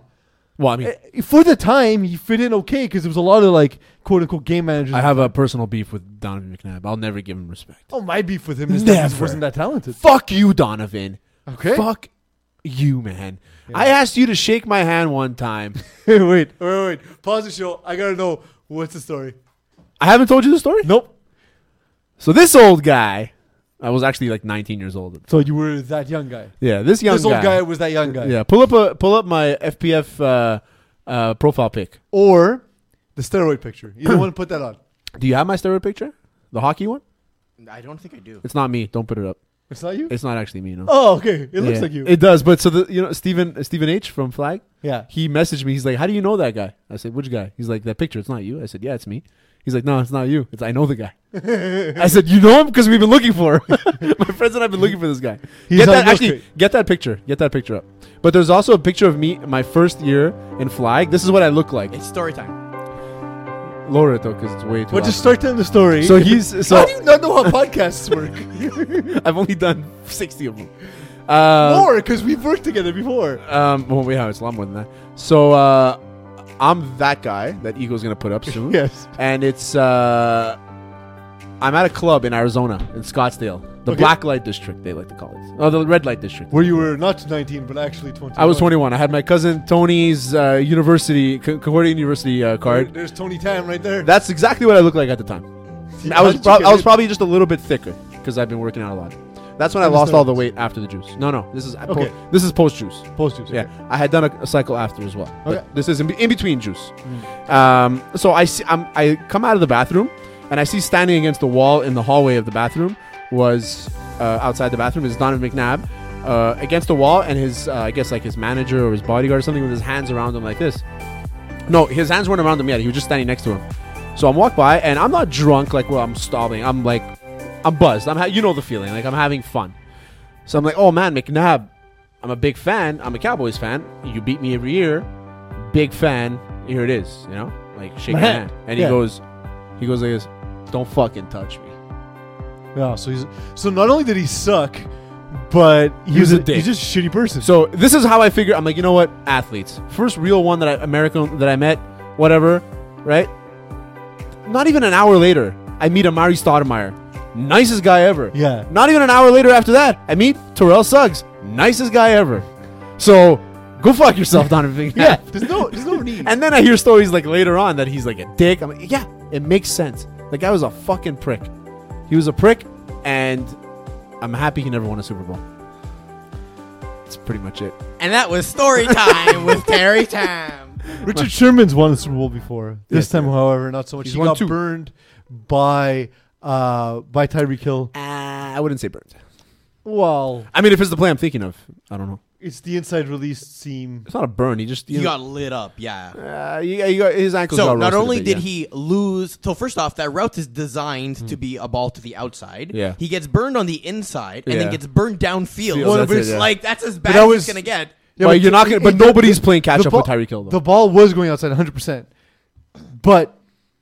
S2: Well, I mean,
S1: Uh, For the time, he fit in okay because there was a lot of like quote unquote game managers.
S2: I have a personal beef with Donovan McNabb. I'll never give him respect.
S1: oh, my beef with him is that he
S2: Never.
S1: wasn't that talented.
S2: Fuck you, Donovan.
S1: Okay.
S2: [LAUGHS] Fuck you, man. I asked you to shake my hand one time.
S1: wait, wait, wait, wait. Pause the show. I gotta know what's the story.
S2: [LAUGHS] I haven't told you the story.
S1: Nope.
S2: So this old guy, I was actually like 19 years old.
S1: So you were that young guy.
S2: Yeah, this young
S1: this old guy was that young guy.
S2: Yeah, pull up a pull up my FPF uh, uh, profile pic.
S1: or the steroid picture.
S2: [CLEARS THROAT]
S1: You don't want to put that on.
S2: Do you have my steroid picture? The hockey one?
S3: I don't think I do.
S2: It's not me. Don't put it up.
S1: It's not you.
S2: It's not actually me. No.
S1: oh, okay. It looks
S2: Yeah.
S1: like you.
S2: It does. But so the you know Stephen Stephen H from Flag,
S1: yeah.
S2: he messaged me. He's like, "How do you know that guy?" I said, "Which guy?" He's like, "That picture. It's not you." I said, "Yeah, it's me." He's like, "No, it's not you. It's I know the
S1: [LAUGHS]
S2: guy." I said, "You know him because we've been looking for him. [LAUGHS] my friends and I've been looking for this guy."
S1: He's
S2: get
S1: on
S2: that
S1: Mill
S2: actually
S1: Street.
S2: get that picture. Get that picture up. But there's also a picture of me my first year in Flag. This is what I look like.
S3: It's story time.
S2: Lower it though, because it's way too.
S1: Well,
S2: loud.
S1: just start telling the story.
S2: [LAUGHS] So he's- so-
S1: how do you not know how podcasts work?
S2: I've only done sixty of them. [LAUGHS] Uh,
S1: More because we've worked together before.
S2: Um, well, yeah, it's a lot more than that. So uh, I'm that guy that Eagle's gonna [LAUGHS] put up soon.
S1: Yes.
S2: And it's uh, I'm at a club in Arizona in Scottsdale, the
S1: Okay.
S2: black light district they like to call it. Oh, the red light district.
S1: Where you were not 19, but actually 20.
S2: I was 21. I had my cousin Tony's uh, university Con- Concordia University uh,
S1: There-
S2: card.
S1: There's Tony Tam right there.
S2: That's exactly what I looked like at the time.
S1: See,
S2: I
S1: how'd
S2: was
S1: you
S2: prob-
S1: get
S2: I was
S1: it?
S2: probably just a little bit thicker because I've been working out a lot. That's when I
S1: And the
S2: lost all the
S1: steroids.
S2: weight after the juice. No, no, this is
S1: Okay.
S2: this is post juice.
S1: post juice.
S2: Yeah, I had done a, a cycle after as well. But
S1: Okay. Mm.
S2: This is in, be- in between juice. Um, so I see, I'm, I come out of the bathroom, and I see standing against the wall in the hallway of the bathroom was uh, outside the bathroom is Donovan McNabb uh, against the wall, and his uh, I guess like his manager or his bodyguard or something with his hands around him like this. No, his hands weren't around him yet. He was just standing next to him. So I'm walk by, and I'm not drunk like well I'm stopping. I'm like I'm buzzed. I'm ha- you know the feeling like I'm having fun. So I'm like, oh man, McNabb I'm a big fan. I'm a Cowboys fan. You beat me every year. Big fan. Here it is. You know, like shake my
S1: Man.
S2: hand. And
S1: Yeah.
S2: he goes, he goes like this. Don't fucking touch me.
S1: Yeah, so he's so not only did he suck, but he
S2: He's
S1: was
S2: a
S1: a,
S2: dick.
S1: He's just a shitty person.
S2: So this is how I figure. I'm like, you know what, athletes. First real one that I American that I met, whatever, right? Not even an hour later, I meet Amari Stoudemire, nicest guy ever.
S1: Yeah.
S2: Not even an hour later after that, I meet Terrell Suggs, nicest guy ever. So go fuck yourself, [LAUGHS] Donovan.
S1: yeah, there's no there's
S2: [LAUGHS]
S1: no need.
S2: And then I hear stories like later on that he's like a dick. I'm like, yeah, it makes sense. The guy was a fucking prick. He was a prick, and I'm happy he never won a Super Bowl. That's pretty much it.
S3: And that was story
S2: [LAUGHS]
S3: time with Terry Tam.
S1: Richard Sherman's won the Super Bowl before. This
S2: Yeah.
S1: time, however, not so much.
S2: He's
S1: he
S2: won
S1: got
S2: two.
S1: burned by uh by Tyreek Hill.
S2: Uh,
S3: Ah,
S2: I wouldn't say burned.
S1: Well,
S2: I mean, if it's the play I'm thinking of, I don't know.
S1: it's the inside release seam.
S2: It's not a burn. He just
S3: You got lit up, yeah.
S2: uh, he, he got his ankles.
S3: So
S2: got
S3: not
S2: roasted a
S3: only
S2: bit, yeah.
S3: did
S2: Hmm.
S3: he lose, so first off, that route is designed to be a ball to the outside.
S2: Yeah.
S3: he gets burned on the inside and
S2: Yeah.
S3: then gets burned downfield.
S2: Field, that's
S3: but
S2: it,
S3: it's
S2: yeah.
S3: like that's as bad
S1: I
S3: as
S1: was-
S3: he's gonna get.
S1: Yeah,
S2: but
S1: but
S2: you're not. Gonna,
S1: it-
S2: but
S1: it-
S2: nobody's playing catch
S1: the
S2: up
S1: ball-
S2: with Tyreek Hill.
S1: The
S2: Though.
S1: ball was going outside 100, percent but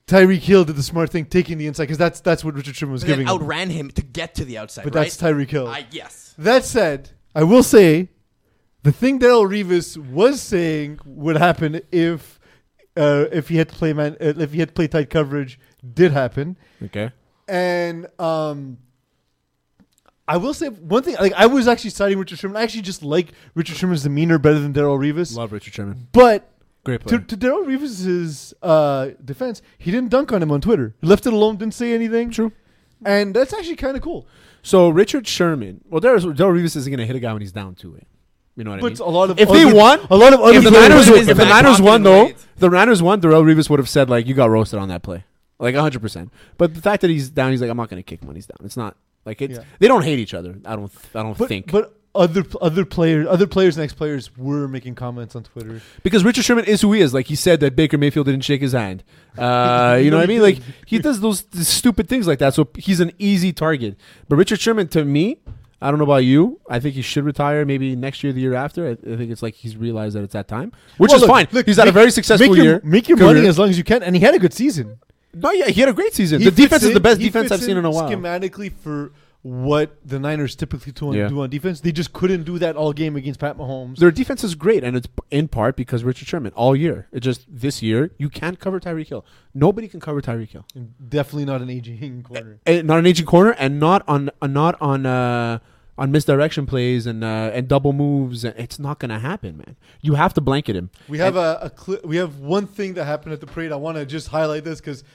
S1: Tyreek Hill did the smart thing, taking the inside because that's that's what Richard Sherman was
S3: But
S1: giving.
S3: then
S1: him.
S3: outran him to get to the outside.
S1: But
S3: right?
S1: that's Tyreek Hill.
S3: I yes.
S1: That said, I will say the thing Daryl Revis was saying would happen if uh, if he had to play man uh, if he had to play tight coverage did happen.
S2: okay.
S1: And um I will say one thing like I was actually citing Richard Sherman. I actually just like Richard Sherman's demeanor better than Daryl Revis.
S2: Love Richard Sherman.
S1: But
S2: Great player.
S1: to, to Daryl Revis's uh, defense, he didn't dunk on him on Twitter. He left it alone, didn't say anything.
S2: True.
S1: And that's actually kind of cool.
S2: So Richard Sherman. Well, there's Daryl Reeves isn't gonna hit a guy when he's down to it. You know what I mean?
S1: But a lot of
S2: If they
S1: other-
S2: won-
S1: a lot of other
S2: if the
S1: players-
S2: Niners,
S3: It is
S2: if the
S3: back
S2: Niners
S3: pocket
S2: won
S3: and
S2: though,
S3: wait.
S2: if the Niners won. Darrell Revis would have said like, "You got roasted on that play," like hundred percent. But the fact that he's down, he's like, "I'm not going to kick when he's down." It's not like it's
S1: Yeah.
S2: they don't hate each other. I don't. I don't
S1: but,
S2: think
S1: But other other players, other players, and ex players were making comments on Twitter.
S2: because Richard Sherman is who he is. Like he said that Baker Mayfield didn't shake his hand.
S1: [LAUGHS]
S2: Uh, you know what I mean? Like he does those stupid things like that. So he's an easy target. But Richard Sherman, to me. I don't know about you. I think he should retire maybe next year, the year after. I, I think it's like he's realized that it's that time, which
S1: Well,
S2: is
S1: look,
S2: fine.
S1: look,
S2: he's had a
S1: make-
S2: very successful
S1: make your,
S2: year.
S1: Make your
S2: career.
S1: money as long as you can, and he had a good season.
S2: No, yeah, he had a great season.
S1: He
S2: the
S1: fits
S2: defense is
S1: in-
S2: the best
S1: he
S2: defense
S1: fits
S2: I've seen in a while.
S1: Schematically, for what the Niners typically do on,
S2: Yeah.
S1: do on defense, they just couldn't do that all game against Pat Mahomes.
S2: Their defense is great, and it's p- in part because Richard Sherman all year. It just this year you can't cover Tyreek Hill. Nobody can cover Tyreek Hill.
S1: And Definitely not an aging corner.
S2: Eh, not an aging corner, and not on uh, not on uh, on misdirection plays and uh, and double moves. It's not going to happen, man. You have to blanket him.
S1: We have a, a cli- we have one thing that happened at the parade. I want to just highlight this because,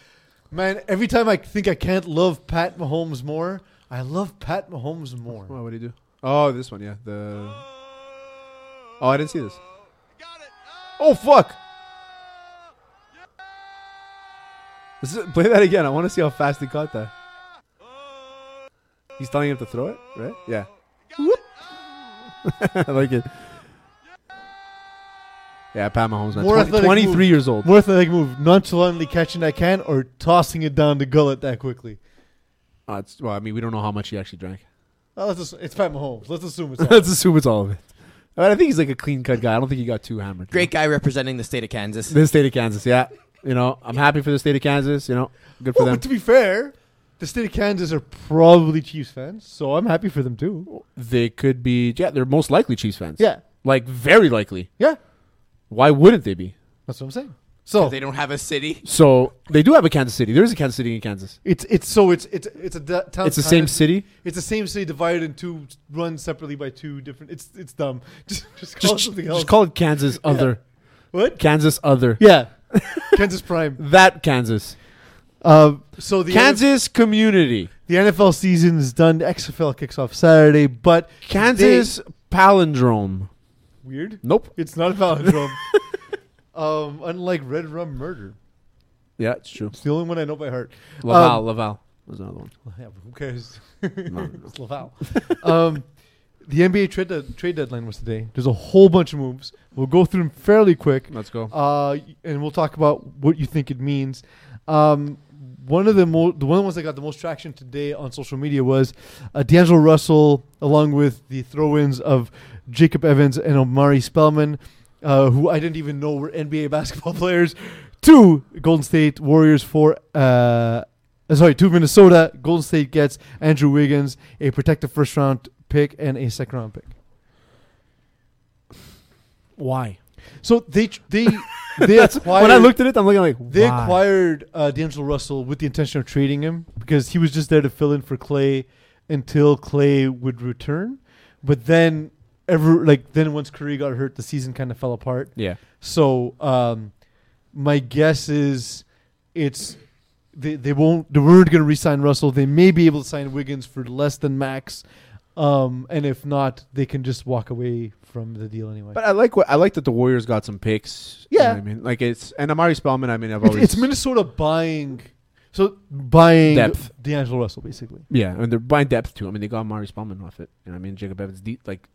S1: man, every time I think I can't love Pat Mahomes more, I love Pat Mahomes more.
S2: What would he do? Oh, this one, yeah. The oh, I didn't see this. Oh fuck! This is- play that again. I want to see how fast he caught that. He's telling him to throw it, right? Yeah. Whoop. I [LAUGHS] like it. Yeah, Pat Mahomes, man.
S1: More
S2: 20
S1: athletic
S2: 23
S1: move.
S2: years old.
S1: More athletic move, nonchalantly catching that can or tossing it down the gullet that quickly.
S2: Uh, it's- well, I mean, we don't know how much he
S1: [LAUGHS]
S2: actually drank.
S1: Well, let's assume, it's Pat Mahomes. Let's assume it's all.
S2: Let's assume it's all of it. But I think he's like a clean cut guy. I don't think he got too hammered.
S3: Great guy representing the state of Kansas.
S2: The state of Kansas, yeah. You know, I'm happy for the state of Kansas. You know, good for
S1: well,
S2: them.
S1: but to be fair, the state of Kansas are probably Chiefs fans, so I'm happy for them too.
S2: they could be, yeah, they're most likely Chiefs fans.
S1: Yeah,
S2: Like, very likely.
S1: yeah,
S2: Why wouldn't they be?
S1: that's what I'm saying. So
S3: They don't have a city.
S2: So, they do have a Kansas City. There is a Kansas City in Kansas.
S1: it's it's so it's it's it's a da- town.
S2: It's the same
S1: kinda-
S2: city.
S1: It's the same city divided in two, run separately by two different. It's it's dumb. [LAUGHS] Just just call
S2: Just,
S1: it something
S2: just
S1: else.
S2: call it Kansas Other.
S1: what?
S2: Kansas Other.
S1: Yeah, [LAUGHS] Kansas
S2: [LAUGHS]
S1: Prime.
S2: That Kansas.
S1: Um, so the
S2: Uh, Kansas Community.
S1: The NFL season's done. XFL kicks off Saturday, but
S2: Kansas Palindrome.
S1: they- weird.
S2: Nope.
S1: It's not a
S2: [LAUGHS]
S1: palindrome. um, unlike Red Rum Murder,
S2: Yeah, it's true.
S1: it's the only one I know by heart.
S2: Laval. Laval was another one.
S1: Yeah, who cares?
S2: No.
S1: [LAUGHS] it's Laval. um, the NBA trade dead- trade deadline was today. There's a whole bunch of moves. We'll go through them fairly quick,
S2: Let's go.
S1: uh, and we'll talk about what you think it means. Um, one of the mo- the one ones that got the most traction today on social media was uh, D'Angelo Russell, along with the throw-ins of Jacob Evans and Omari Spellman, uh, who I didn't even know were NBA [LAUGHS] basketball players, to Golden State Warriors for. Uh, Sorry, to Minnesota, Golden State gets Andrew Wiggins, a protected first round pick, and a second round pick.
S4: Why?
S1: So they tr- they they acquired
S2: [LAUGHS] when I looked at it, I'm looking like
S1: they
S4: Why?
S1: acquired uh, D'Angelo Russell with the intention of trading him because he was just there to fill in for Clay until Clay would return. But then ever like then once Curry got hurt, the season kind of fell apart.
S2: yeah.
S1: So um, my guess is it's they, they won't they weren't going to re-sign Russell. They may be able to sign Wiggins for less than max, um, and if not, they can just walk away from the deal anyway.
S2: But I like what I like that the Warriors got some picks. You know
S1: Yeah.
S2: what I mean, like it's and Amari Spellman. I mean, I've
S1: It's,
S2: always
S1: it's Minnesota buying, so buying
S2: Depth.
S1: D'Angelo Russell basically.
S2: yeah, and they're buying depth too. I mean, they got Amari Spellman off it. You know what I mean, Jacob Evans, de- like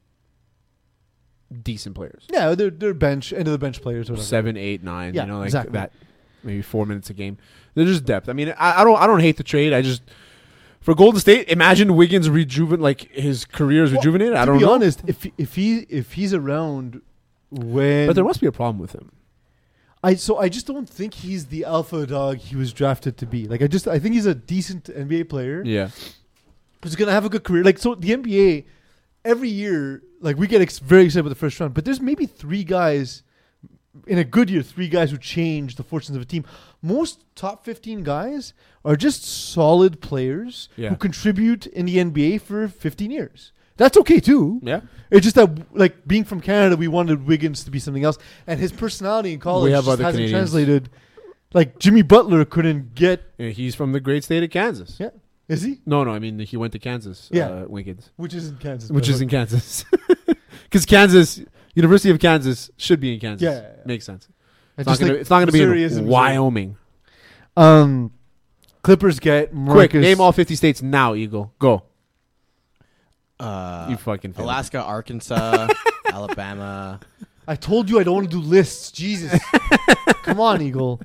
S2: decent players,
S1: Yeah, they're, they're bench end of the bench players. Or whatever.
S2: seven, eight, nine.
S1: Yeah,
S2: you know, like
S1: exactly.
S2: that. Maybe four minutes a game. They're just depth. I mean, I, I don't I don't hate the trade. I just for Golden State, imagine Wiggins rejuvenate like his career is
S1: Well,
S2: rejuvenated. I
S1: to
S2: don't
S1: be
S2: know,
S1: honest, if if he if he's around when
S2: but there must be a problem with him.
S1: I so I just don't think he's the alpha dog he was drafted to be. Like I just I think he's a decent NBA player
S2: Yeah,
S1: who's gonna have a good career. Like so the NBA every year like we get ex- very excited about the first round, but there's maybe three guys in a good year, three guys who change the fortunes of a team. Most top 15 guys are just solid players
S2: Yeah.
S1: who contribute in the NBA for 15 years. That's okay too.
S2: yeah.
S1: It's just that, like, being from Canada, we wanted Wiggins to be something else, and his personality in college
S2: We have
S1: just
S2: other
S1: hasn't
S2: Canadians.
S1: translated. Like Jimmy Butler couldn't get,
S2: Yeah, He's from the great state of Kansas.
S1: Yeah. is he?
S2: No, no. I mean, he went to Kansas.
S1: Yeah.
S2: uh, Wiggins.
S1: Which is in Kansas,
S2: which is in Kansas, [LAUGHS] because Kansas University of Kansas should be in Kansas.
S1: Yeah, yeah, yeah.
S2: makes sense.
S1: It's
S2: It's not, gonna, it's not gonna be
S1: Missouri is in
S2: in
S1: Missouri.
S2: Wyoming.
S1: Um, Clippers get Marcus.
S2: Quick, name all fifty states now, Eagle. Go.
S3: Uh,
S2: you fucking failed.
S3: Alaska, Arkansas,
S1: [LAUGHS]
S3: Alabama.
S1: I told you I don't want to do lists.
S2: [LAUGHS]
S1: Jesus, come on, Eagle,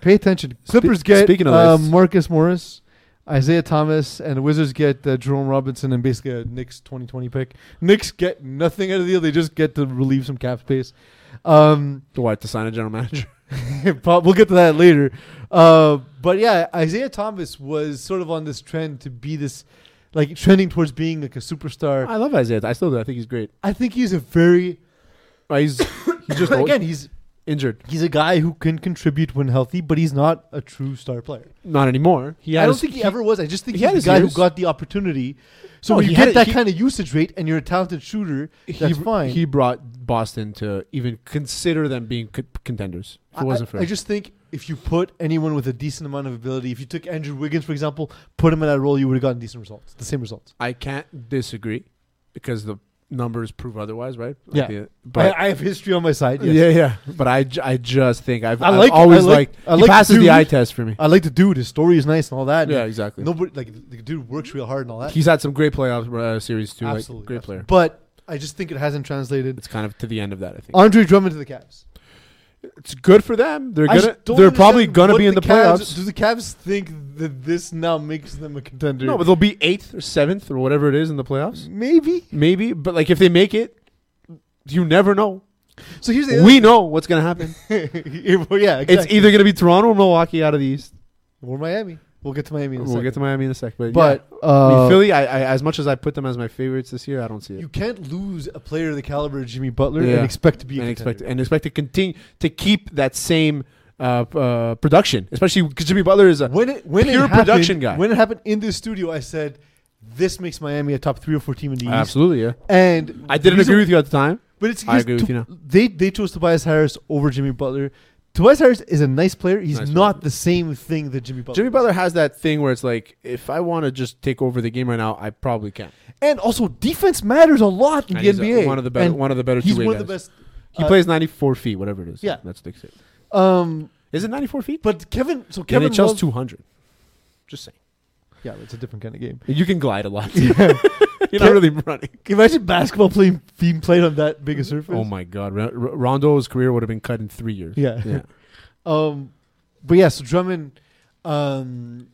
S1: pay attention. Clippers get
S2: speaking of
S1: uh,
S2: lists.
S1: Marcus Morris, Isaiah Thomas, and the Wizards get uh, Jerome Robinson and basically a Knicks 2020 pick. Knicks get nothing out of the deal; they just get to relieve some cap space. Um, [LAUGHS]
S2: Do what to sign a general manager?
S1: Prob- we'll get to that later. Uh, but yeah, Isaiah Thomas was sort of on this trend to be this, like trending towards being like a superstar.
S2: I love Isaiah. I still do. I think he's great.
S1: I think he's a very [LAUGHS]
S2: Uh, He's he's just old-
S1: again he's
S2: injured.
S1: he's a guy who can contribute when healthy, but he's not a true star player.
S2: Not anymore. He
S1: I
S2: had
S1: don't
S2: his-
S1: think he, ever was. I just think he's
S2: he had
S1: the
S2: his
S1: guy
S2: years.
S1: who got the opportunity. So
S2: No,
S1: when
S2: he
S1: you
S2: had
S1: get
S2: it-
S1: that
S2: he-
S1: kind of usage rate and you're a talented shooter, that's
S2: he,
S1: fine.
S2: He brought Boston to even consider them being co- contenders. If
S1: I-
S2: it wasn't
S1: I,
S2: for
S1: I just think if you put anyone with a decent amount of ability, if you took Andrew Wiggins, for example, put him in that role, you would have gotten decent results, the same results.
S2: I can't disagree because the numbers prove otherwise, right?
S1: Yeah.
S2: the-
S1: I, I have history on my side. Yes.
S2: Yeah, yeah. But I, ju- I just think I've,
S1: I
S2: I've
S1: like-
S2: always
S1: I like-
S2: liked.
S1: I
S2: he
S1: like
S2: passes
S1: dude.
S2: the eye test for me.
S1: I like the dude. His story is nice and all that.
S2: yeah, exactly.
S1: Nobody like the dude works real hard and all that.
S2: He's had some great playoff uh, series too.
S1: Absolutely,
S2: like, great
S1: absolutely.
S2: player.
S1: But I just think it hasn't translated.
S2: It's kind of to the end of that. I think
S1: Andre Drummond to the Cavs.
S2: it's good for them. They're
S1: I
S2: gonna.
S1: just don't
S2: They're probably
S1: understand
S2: gonna
S1: what
S2: be in the,
S1: Cavs-
S2: playoffs.
S1: Do the Cavs think that this now makes them a contender?
S2: No, but they'll be eighth or seventh or whatever it is in the playoffs.
S1: maybe.
S2: Maybe, but like if they make it, you never know.
S1: So here's the
S2: We know what's gonna happen.
S1: well, [LAUGHS] yeah, exactly.
S2: It's either gonna be Toronto or Milwaukee out of the East.
S1: or Miami. We'll get to Miami. In a
S2: We'll get to
S1: second.
S2: Miami in a sec, but yeah.
S1: But
S2: I mean,
S1: uh,
S2: Philly, I, I as much as I put them as my favorites this year, I don't see it.
S1: you can't lose a player of the caliber of Jimmy Butler
S2: Yeah.
S1: and expect to be a
S2: and
S1: contender.
S2: expect and expect to continue to keep that same uh, p- uh, production, especially because Jimmy Butler is a
S1: when it when
S2: pure
S1: it happened,
S2: production guy.
S1: When it happened in the studio, I said, "This makes Miami a top three or four team in the East."
S2: absolutely yeah.
S1: And
S2: I didn't
S1: the reason-
S2: agree with you at the time.
S1: but it's
S2: I
S1: because
S2: agree with
S1: Tu-
S2: you now.
S1: They they chose Tobias Harris over Jimmy Butler. Tobias Harris is a nice player. He's
S2: Nice
S1: not
S2: player.
S1: the same thing that Jimmy Butler.
S2: Jimmy
S1: is.
S2: Butler has that thing where it's like, if I want to just take over the game right now, I probably can.
S1: and also defense matters a lot in
S2: And
S1: the
S2: he's a-
S1: NBA.
S2: one of the better,
S1: And
S2: one of the better.
S1: He's
S2: two-way
S1: one of the
S2: guys.
S1: best.
S2: He
S1: uh,
S2: plays ninety four feet, whatever it is.
S1: Yeah.
S2: that's the thing.
S1: Um,
S2: Is it ninety four feet?
S1: but Kevin, so
S2: Kevin
S1: Kevin
S2: NHL's
S1: Love,
S2: two hundred. Just saying,
S1: yeah, it's a different kind of game.
S2: you can glide a
S1: [LAUGHS]
S2: lot.
S1: Yeah.
S2: [LAUGHS] You're not really running.
S1: Imagine basketball playing being played on that big a surface.
S2: Oh my God, R- Rondo's career would have been cut in three years.
S1: Yeah. [LAUGHS]
S2: yeah.
S1: Um, but yeah, so Drummond, um,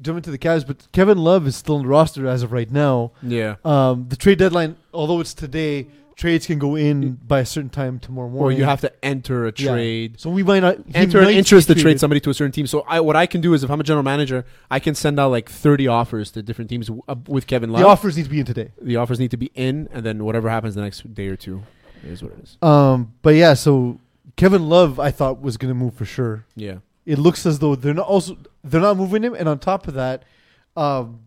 S1: Drummond to the Cavs, but Kevin Love is still on the roster as of right now.
S2: yeah.
S1: Um, the trade deadline, although it's today, trades can go in by a certain time tomorrow
S2: or
S1: morning.
S2: you have to enter a
S1: Yeah.
S2: trade.
S1: So we might not he
S2: Enter an
S1: might
S2: interest to
S1: be
S2: trade
S1: traded.
S2: somebody to a certain team. So I, what I can do is, if I'm a general manager, I can send out like 30 offers to different teams w- uh, with Kevin Love.
S1: The offers need to be in today.
S2: the offers need to be in, and then whatever happens the next day or two is what it is.
S1: Um, but yeah, so Kevin Love, I thought was going to move for sure.
S2: Yeah,
S1: It looks as though they're not also they're not moving him, and on top of that, um,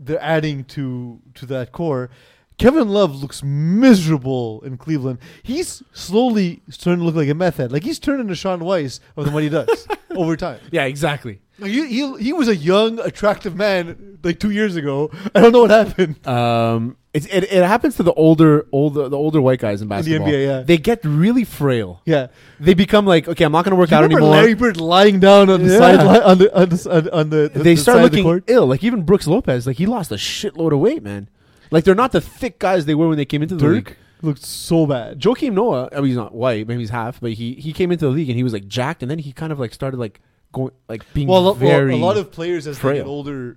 S1: they're adding to to that core. Kevin Love looks miserable in Cleveland. He's slowly starting to look like a meth head. Like he's turning to Sean Weiss of the Mighty
S2: [LAUGHS]
S1: Ducks over time.
S2: yeah, exactly.
S1: Like he, he he was a young, attractive man like two years ago. I don't know what happened.
S2: [LAUGHS] Um, it's, it it happens to the older older the older white guys in
S1: the
S2: basketball.
S1: NBA, yeah.
S2: they get really frail.
S1: Yeah,
S2: They become like, okay, I'm not going to work
S1: Do you
S2: out
S1: remember
S2: anymore.
S1: Larry Bird lying down on the
S2: Yeah.
S1: sideline on the on the, s- on, on the, the
S2: they
S1: the
S2: start
S1: side of the
S2: looking
S1: court?
S2: ill. Like even Brooks Lopez, like he lost a shitload of weight, man. Like they're not the thick guys they were when they came into the league.
S1: Dirk looked so bad.
S2: Joakim Noah, I mean, he's not white, maybe he's half, but he he came into the league and he was like jacked, and then he kind of like started like going like being
S1: Well, a lo- well,
S2: very
S1: a lot of players as they
S2: frail.
S1: get older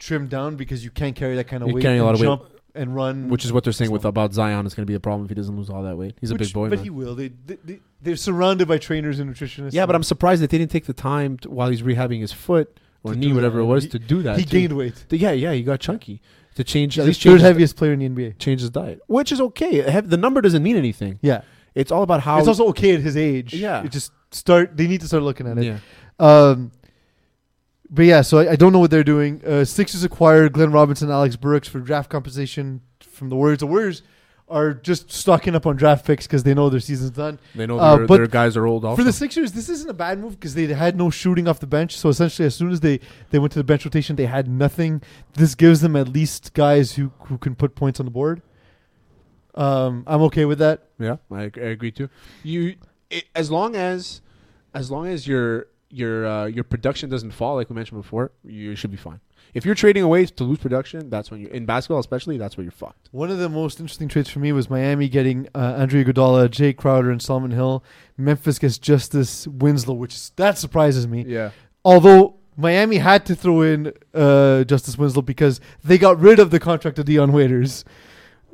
S1: trim down because you can't carry that kind of
S2: You're
S1: weight.
S2: carrying a lot
S1: and
S2: of
S1: jump and run,
S2: which is what they're saying with about Zion is going to be a problem if he doesn't lose all that weight. He's a
S1: which-
S2: big boy,
S1: But
S2: man.
S1: he will. They, they, they they're surrounded by trainers and nutritionists.
S2: yeah, but I'm
S1: and
S2: surprised that they didn't take the time to, while he's rehabbing his foot or
S1: To
S2: knee,
S1: do
S2: whatever
S1: that.
S2: it was,
S1: He-
S2: to do that.
S1: he
S2: too.
S1: gained weight.
S2: The- yeah, yeah, he got chunky to change
S1: He's
S2: at
S1: the
S2: least change
S1: third
S2: his,
S1: heaviest player in the NBA.
S2: change his diet, which is okay. Hev- the number doesn't mean anything.
S1: Yeah,
S2: It's all about how
S1: it's also okay at his age.
S2: Yeah.
S1: it just start. They need to start looking at it.
S2: yeah.
S1: Um, but yeah, so I, I don't know what they're doing. Uh, Sixers acquired Glenn Robinson, Alex Burks for draft compensation from the Warriors. The Warriors are just stocking up on draft picks because they know their season's done.
S2: They know
S1: Uh,
S2: their,
S1: but
S2: their guys are old. Also.
S1: For the Sixers, this isn't a bad move because they had no shooting off the bench. So essentially, as soon as they, they went to the bench rotation, they had nothing. This gives them at least guys who, who can put points on the board. Um, I'm okay with that.
S2: Yeah, I, ag- I agree too. You, it, as long as, as long as your your uh, your production doesn't fall, like we mentioned before, you should be fine. If you're trading away to lose production, that's when you're in basketball, especially. That's where you're fucked.
S1: One of the most interesting trades for me was Miami getting uh, Andrea Godala, Jay Crowder, and Solomon Hill. Memphis gets Justice Winslow, which is- that surprises me.
S2: Yeah,
S1: Although Miami had to throw in uh, Justice Winslow because they got rid of the contract of Dion Waiters.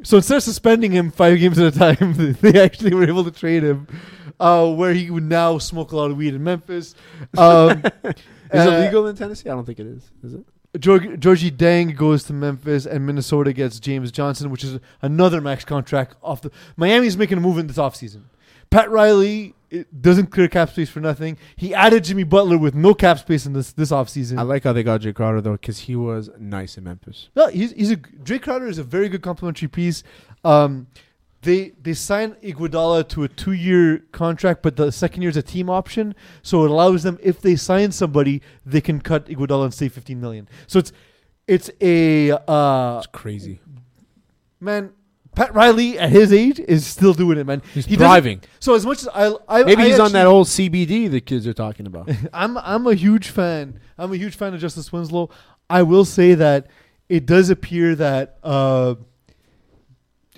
S1: So instead of suspending him five games at a time, [LAUGHS] they actually were able to trade him, uh, where he would now smoke a lot of weed in Memphis. Um,
S2: is
S1: uh,
S2: it legal in Tennessee? I don't think it is. Is it?
S1: Georg- Georgie Dang goes to Memphis, and Minnesota gets James Johnson, which is another max contract off the. Miami's making a move in this offseason. Pat Riley it doesn't clear cap space for nothing. He added Jimmy Butler with no cap space in this this offseason.
S2: I like how they got Jay Crowder though, because he was nice in Memphis.
S1: No, he's, he's a Drake Crowder is a very good complimentary piece. Um, they they signed Iguodala to a two year contract, but the second year is a team option, so it allows them if they sign somebody, they can cut Iguodala and save fifteen million. So it's it's a uh,
S2: That's crazy.
S1: man. Pat Riley at his age is still doing it, man.
S2: He's
S1: He doesn't-
S2: thriving.
S1: So as much as I, I
S2: Maybe
S1: I
S2: he's on
S1: actually-
S2: that old CBD the kids are talking [LAUGHS] about.
S1: I'm I'm a huge fan. I'm a huge fan of Justice Winslow. I will say that it does appear that uh,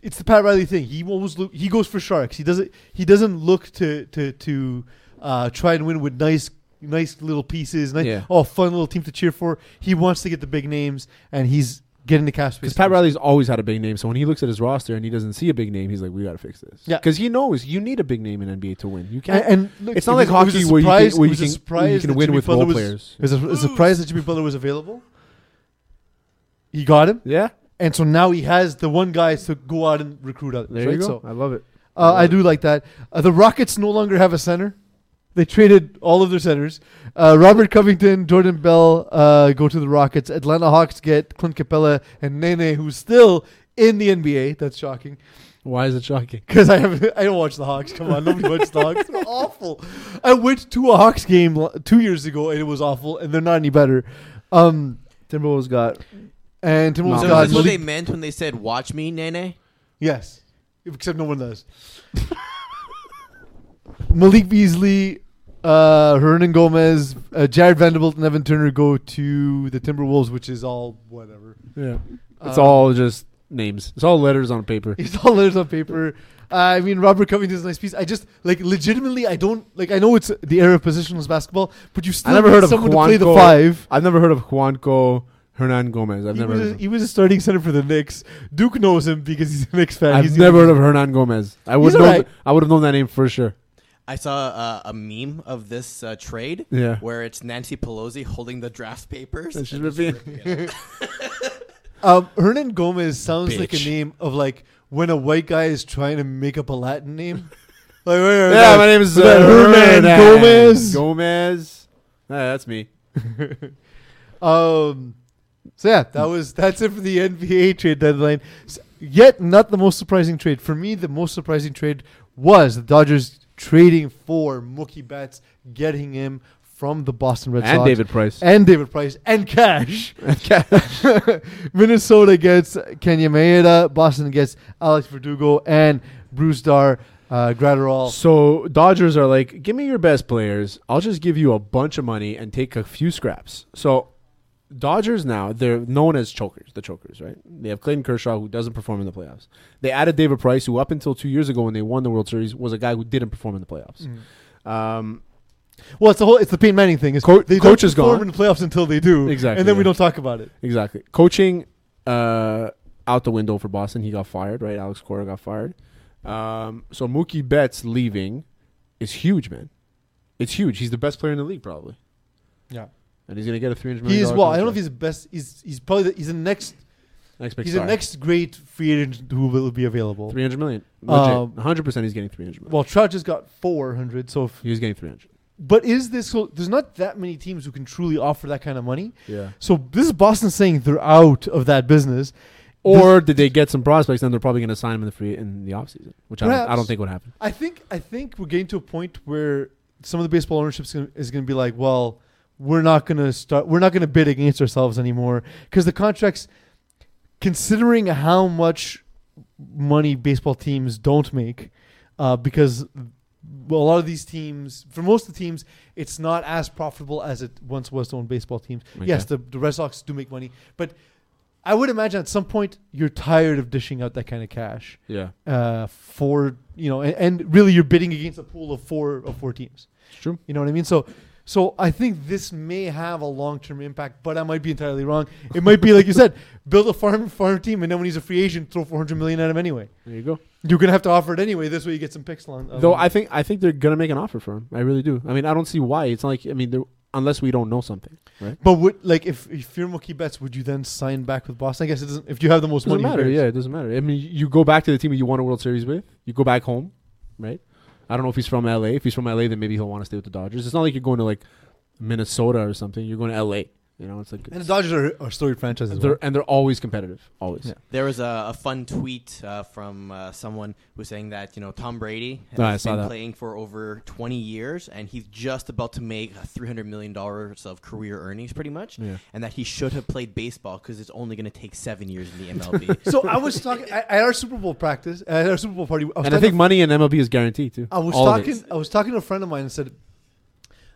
S1: it's the Pat Riley thing. He always look, he goes for sharks. He doesn't he doesn't look to to to uh, try and win with nice nice little pieces. Nice,
S2: Yeah.
S1: Oh, fun little team to cheer for. He wants to get the big names, and he's getting the cap space.
S2: Because Pat Riley's always had a big name, so when he looks at his roster and he doesn't see a big name, he's like, "We got to fix this."
S1: Yeah.
S2: because he knows you need a big name in NBA to win. You
S1: And,
S2: can't.
S1: and look,
S2: it's not
S1: it
S2: like
S1: was- it was a
S2: hockey where you can,
S1: surprise-
S2: where
S1: it
S2: you
S1: was a
S2: can, where you
S1: surprise
S2: can
S1: that
S2: win
S1: Jimmy
S2: with
S1: Butler
S2: role
S1: was-
S2: players.
S1: It was a, a surprise that Jimmy Butler was available. He got him.
S2: Yeah,
S1: And so now he has the one guy to go out and recruit others.
S2: there
S1: right?
S2: you go.
S1: So,
S2: I love it.
S1: uh, I do like that. Uh, the Rockets no longer have a center. They traded all of their centers. Uh, Robert Covington, Jordan Bell uh, go to the Rockets. Atlanta Hawks get Clint Capella and Nene, who's still in the NBA. That's shocking
S2: Why is it shocking?
S1: because I have I don't watch the Hawks. Come on, nobody watches the Hawks. They're awful. I went to a Hawks game l- two years ago and it was awful, and they're not any better. Um,
S2: Timberwolves got
S1: and Timberwolves
S2: Oh,
S3: so
S2: God.
S3: is this
S1: got
S3: what
S1: Malik-
S3: they meant when they said "watch me, Nene"?
S1: Yes, except no one does. [LAUGHS] Malik Beasley, uh, Hernan Gomez, uh, Jared Vanderbilt, and Evan Turner go to the Timberwolves, which is all whatever.
S2: yeah. It's
S1: Um,
S2: all just names. It's all letters
S1: [LAUGHS]
S2: on paper.
S1: It's all letters on paper. Uh, I mean, Robert Covington is a nice piece. I just like legitimately, I don't like. I know it's the era of positionless basketball, but you still
S2: I never heard
S1: need
S2: of
S1: someone to play the
S2: Kwanko.
S1: five.
S2: I've never heard of Juanco Hernan Gomez. I've
S1: he,
S2: never.
S1: was
S2: Heard
S1: a,
S2: of him.
S1: he was a starting center for the Knicks. Duke knows him because he's a Knicks fan.
S2: I've
S1: he's the
S2: never
S1: only-
S2: heard of Hernan Gomez. I would
S1: He's
S2: know.
S1: alright.
S2: I would have known that name for sure.
S3: I saw uh, a meme of this uh, trade
S2: Yeah.
S3: where it's Nancy Pelosi holding the draft papers.
S2: That should be-
S1: Um, Hernan Gomez sounds like
S3: Bitch.
S1: a name of like when a white guy is trying to make up a Latin
S2: [LAUGHS]
S1: name. like, wait, wait,
S2: [LAUGHS] yeah,
S1: wait.
S2: my name is uh,
S1: that Hernan Gomez.
S2: Gomez. Yeah, that's me.
S1: Um, so yeah, that was that's it for the NBA trade deadline. S- yet not the most surprising trade for me. The most surprising trade was the Dodgers trading for Mookie Betts, getting him from the Boston Red
S2: And
S1: Sox
S2: David Price.
S1: and David Price and
S2: [LAUGHS]
S1: cash.
S2: Okay.
S1: [LAUGHS] Minnesota gets Kenya Maeda. Boston gets Alex Verdugo and Bruce Dar uh, Gratterall.
S2: so Dodgers are like, give me your best players. I'll just give you a bunch of money and take a few scraps. So Dodgers now they're known as chokers, the chokers, right? They have Clayton Kershaw who doesn't perform in the playoffs. They added David Price, who up until two years ago when they won the World Series was a guy who didn't perform in the playoffs.
S1: Mm.
S2: Um,
S1: Well, it's the whole it's the Peyton Manning thing. Is
S2: Co-
S1: they
S2: coach
S1: don't
S2: is
S1: perform
S2: gone.
S1: in the playoffs until they do,
S2: Exactly,
S1: and then we
S2: yeah.
S1: don't talk about it.
S2: Exactly. Coaching uh, out the window for Boston. He got fired, right? Alex Cora got fired. Um, so Mookie Betts leaving is huge, man. It's huge. He's the best player in the league, probably.
S1: Yeah.
S2: And he's gonna get a three hundred million.
S1: He is
S2: dollar
S1: well. I don't know if
S2: contract.
S1: he's the best. He's he's probably the, he's the next
S2: next big
S1: he's the next great free agent who will be available.
S2: three hundred million.
S1: Um,
S2: One hundred percent. He's getting three hundred million.
S1: Well, Trout just got four hundred. So, if,
S2: he was getting three hundred.
S1: but is this? So there's not that many teams who can truly offer that kind of money.
S2: Yeah.
S1: So this is Boston saying they're out of that business.
S2: Or did they get some prospects? Then they're probably gonna sign him in the free in the offseason, which I don't, I don't
S1: Perhaps.
S2: think would happen.
S1: I think I think we're getting to a point where some of the baseball ownership is going to be like, well, we're not going to start. We're not going to bid against ourselves anymore because the contracts, considering how much money baseball teams don't make, uh, because well, a lot of these teams, for most of the teams, it's not as profitable as it once was to own baseball teams. Yes, the, the Red Sox do make money, but I would imagine at some point you're tired of dishing out that kind of cash
S2: Yeah.
S1: uh, four, you know, and, and really you're bidding against a pool of four of four teams.
S2: It's true.
S1: You know what I mean? So, so I think this may have a long term impact, but I might be entirely wrong. It might be like you
S2: [LAUGHS]
S1: said, build a farm farm team, and then when he's a free agent, throw 400 million at him anyway.
S2: There you go.
S1: You're gonna have to offer it anyway. This way, you get some picks on.
S2: Though I think I think they're gonna make an offer for him. I really do. I mean, I don't see why. It's not like I mean, they're- unless we don't know something, right?
S1: but would like if if you're Mookie Betts, would you then sign back with Boston? I guess it doesn't. If you have the most
S2: Doesn't
S1: money, who
S2: matter.
S1: cares?
S2: Yeah, it doesn't matter. I mean, you go back to the team you won a World Series with. You go back home, right? I don't know if he's from LA. If he's from LA, then maybe he'll want to stay with the Dodgers. It's not like you're going to like Minnesota or something. You're going to LA. You know, it's like
S1: And the Dodgers are, are storied franchises.
S2: they're [LAUGHS] and they're always competitive. Always.
S1: Yeah.
S3: There was a, a fun tweet uh, from uh, someone who was saying that you know Tom Brady has
S2: Oh, I saw
S3: been
S2: that.
S3: playing for over 20 years and he's just about to make 300 million dollars of career earnings, pretty much,
S2: Yeah.
S3: and that he should have played baseball because it's only going to take seven years in the
S1: [LAUGHS]
S3: MLB.
S1: So I was talking at at our Super Bowl practice, at our Super Bowl party. I was
S2: And I
S1: talking
S2: think money in MLB is guaranteed too.
S1: I was
S2: All of it.
S1: talking. I was talking to a friend of mine and said,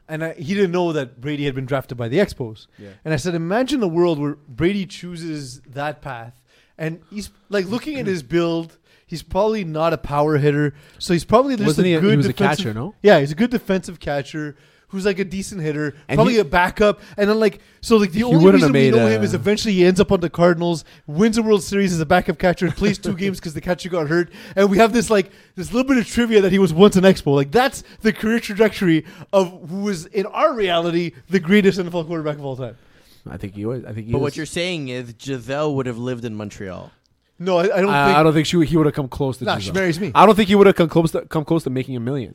S1: and I, he didn't know that Brady had been drafted by the Expos.
S2: Yeah.
S1: And I said, imagine the world where Brady chooses that path, and he's like looking at his build. He's probably not a power hitter, so he's probably just
S2: Wasn't
S1: a
S2: he a-
S1: good
S2: he was a
S1: defensive-
S2: catcher, no?
S1: Yeah, he's a good defensive catcher who's like a decent hitter,
S2: And
S1: probably
S2: he-
S1: a backup, and then like so like the
S2: He
S1: only
S2: wouldn't
S1: reason
S2: have
S1: we
S2: made
S1: know
S2: a-
S1: him is eventually he ends up on the Cardinals, wins a World Series as a backup catcher, and plays
S2: [LAUGHS]
S1: two games because the catcher got hurt, and we have this like this little bit of trivia that he was once an Expo. Like that's the career trajectory of who is in our reality the greatest NFL quarterback of all time.
S2: I think he was. I think he.
S3: but
S2: was.
S3: what you're saying is Giselle would have lived in Montreal.
S1: No, I, I don't
S2: I,
S1: think.
S2: I don't think she, he would have come close to.
S1: nah,
S2: Giselle.
S1: she marries me.
S2: I don't think he would have come close to come close to making a million.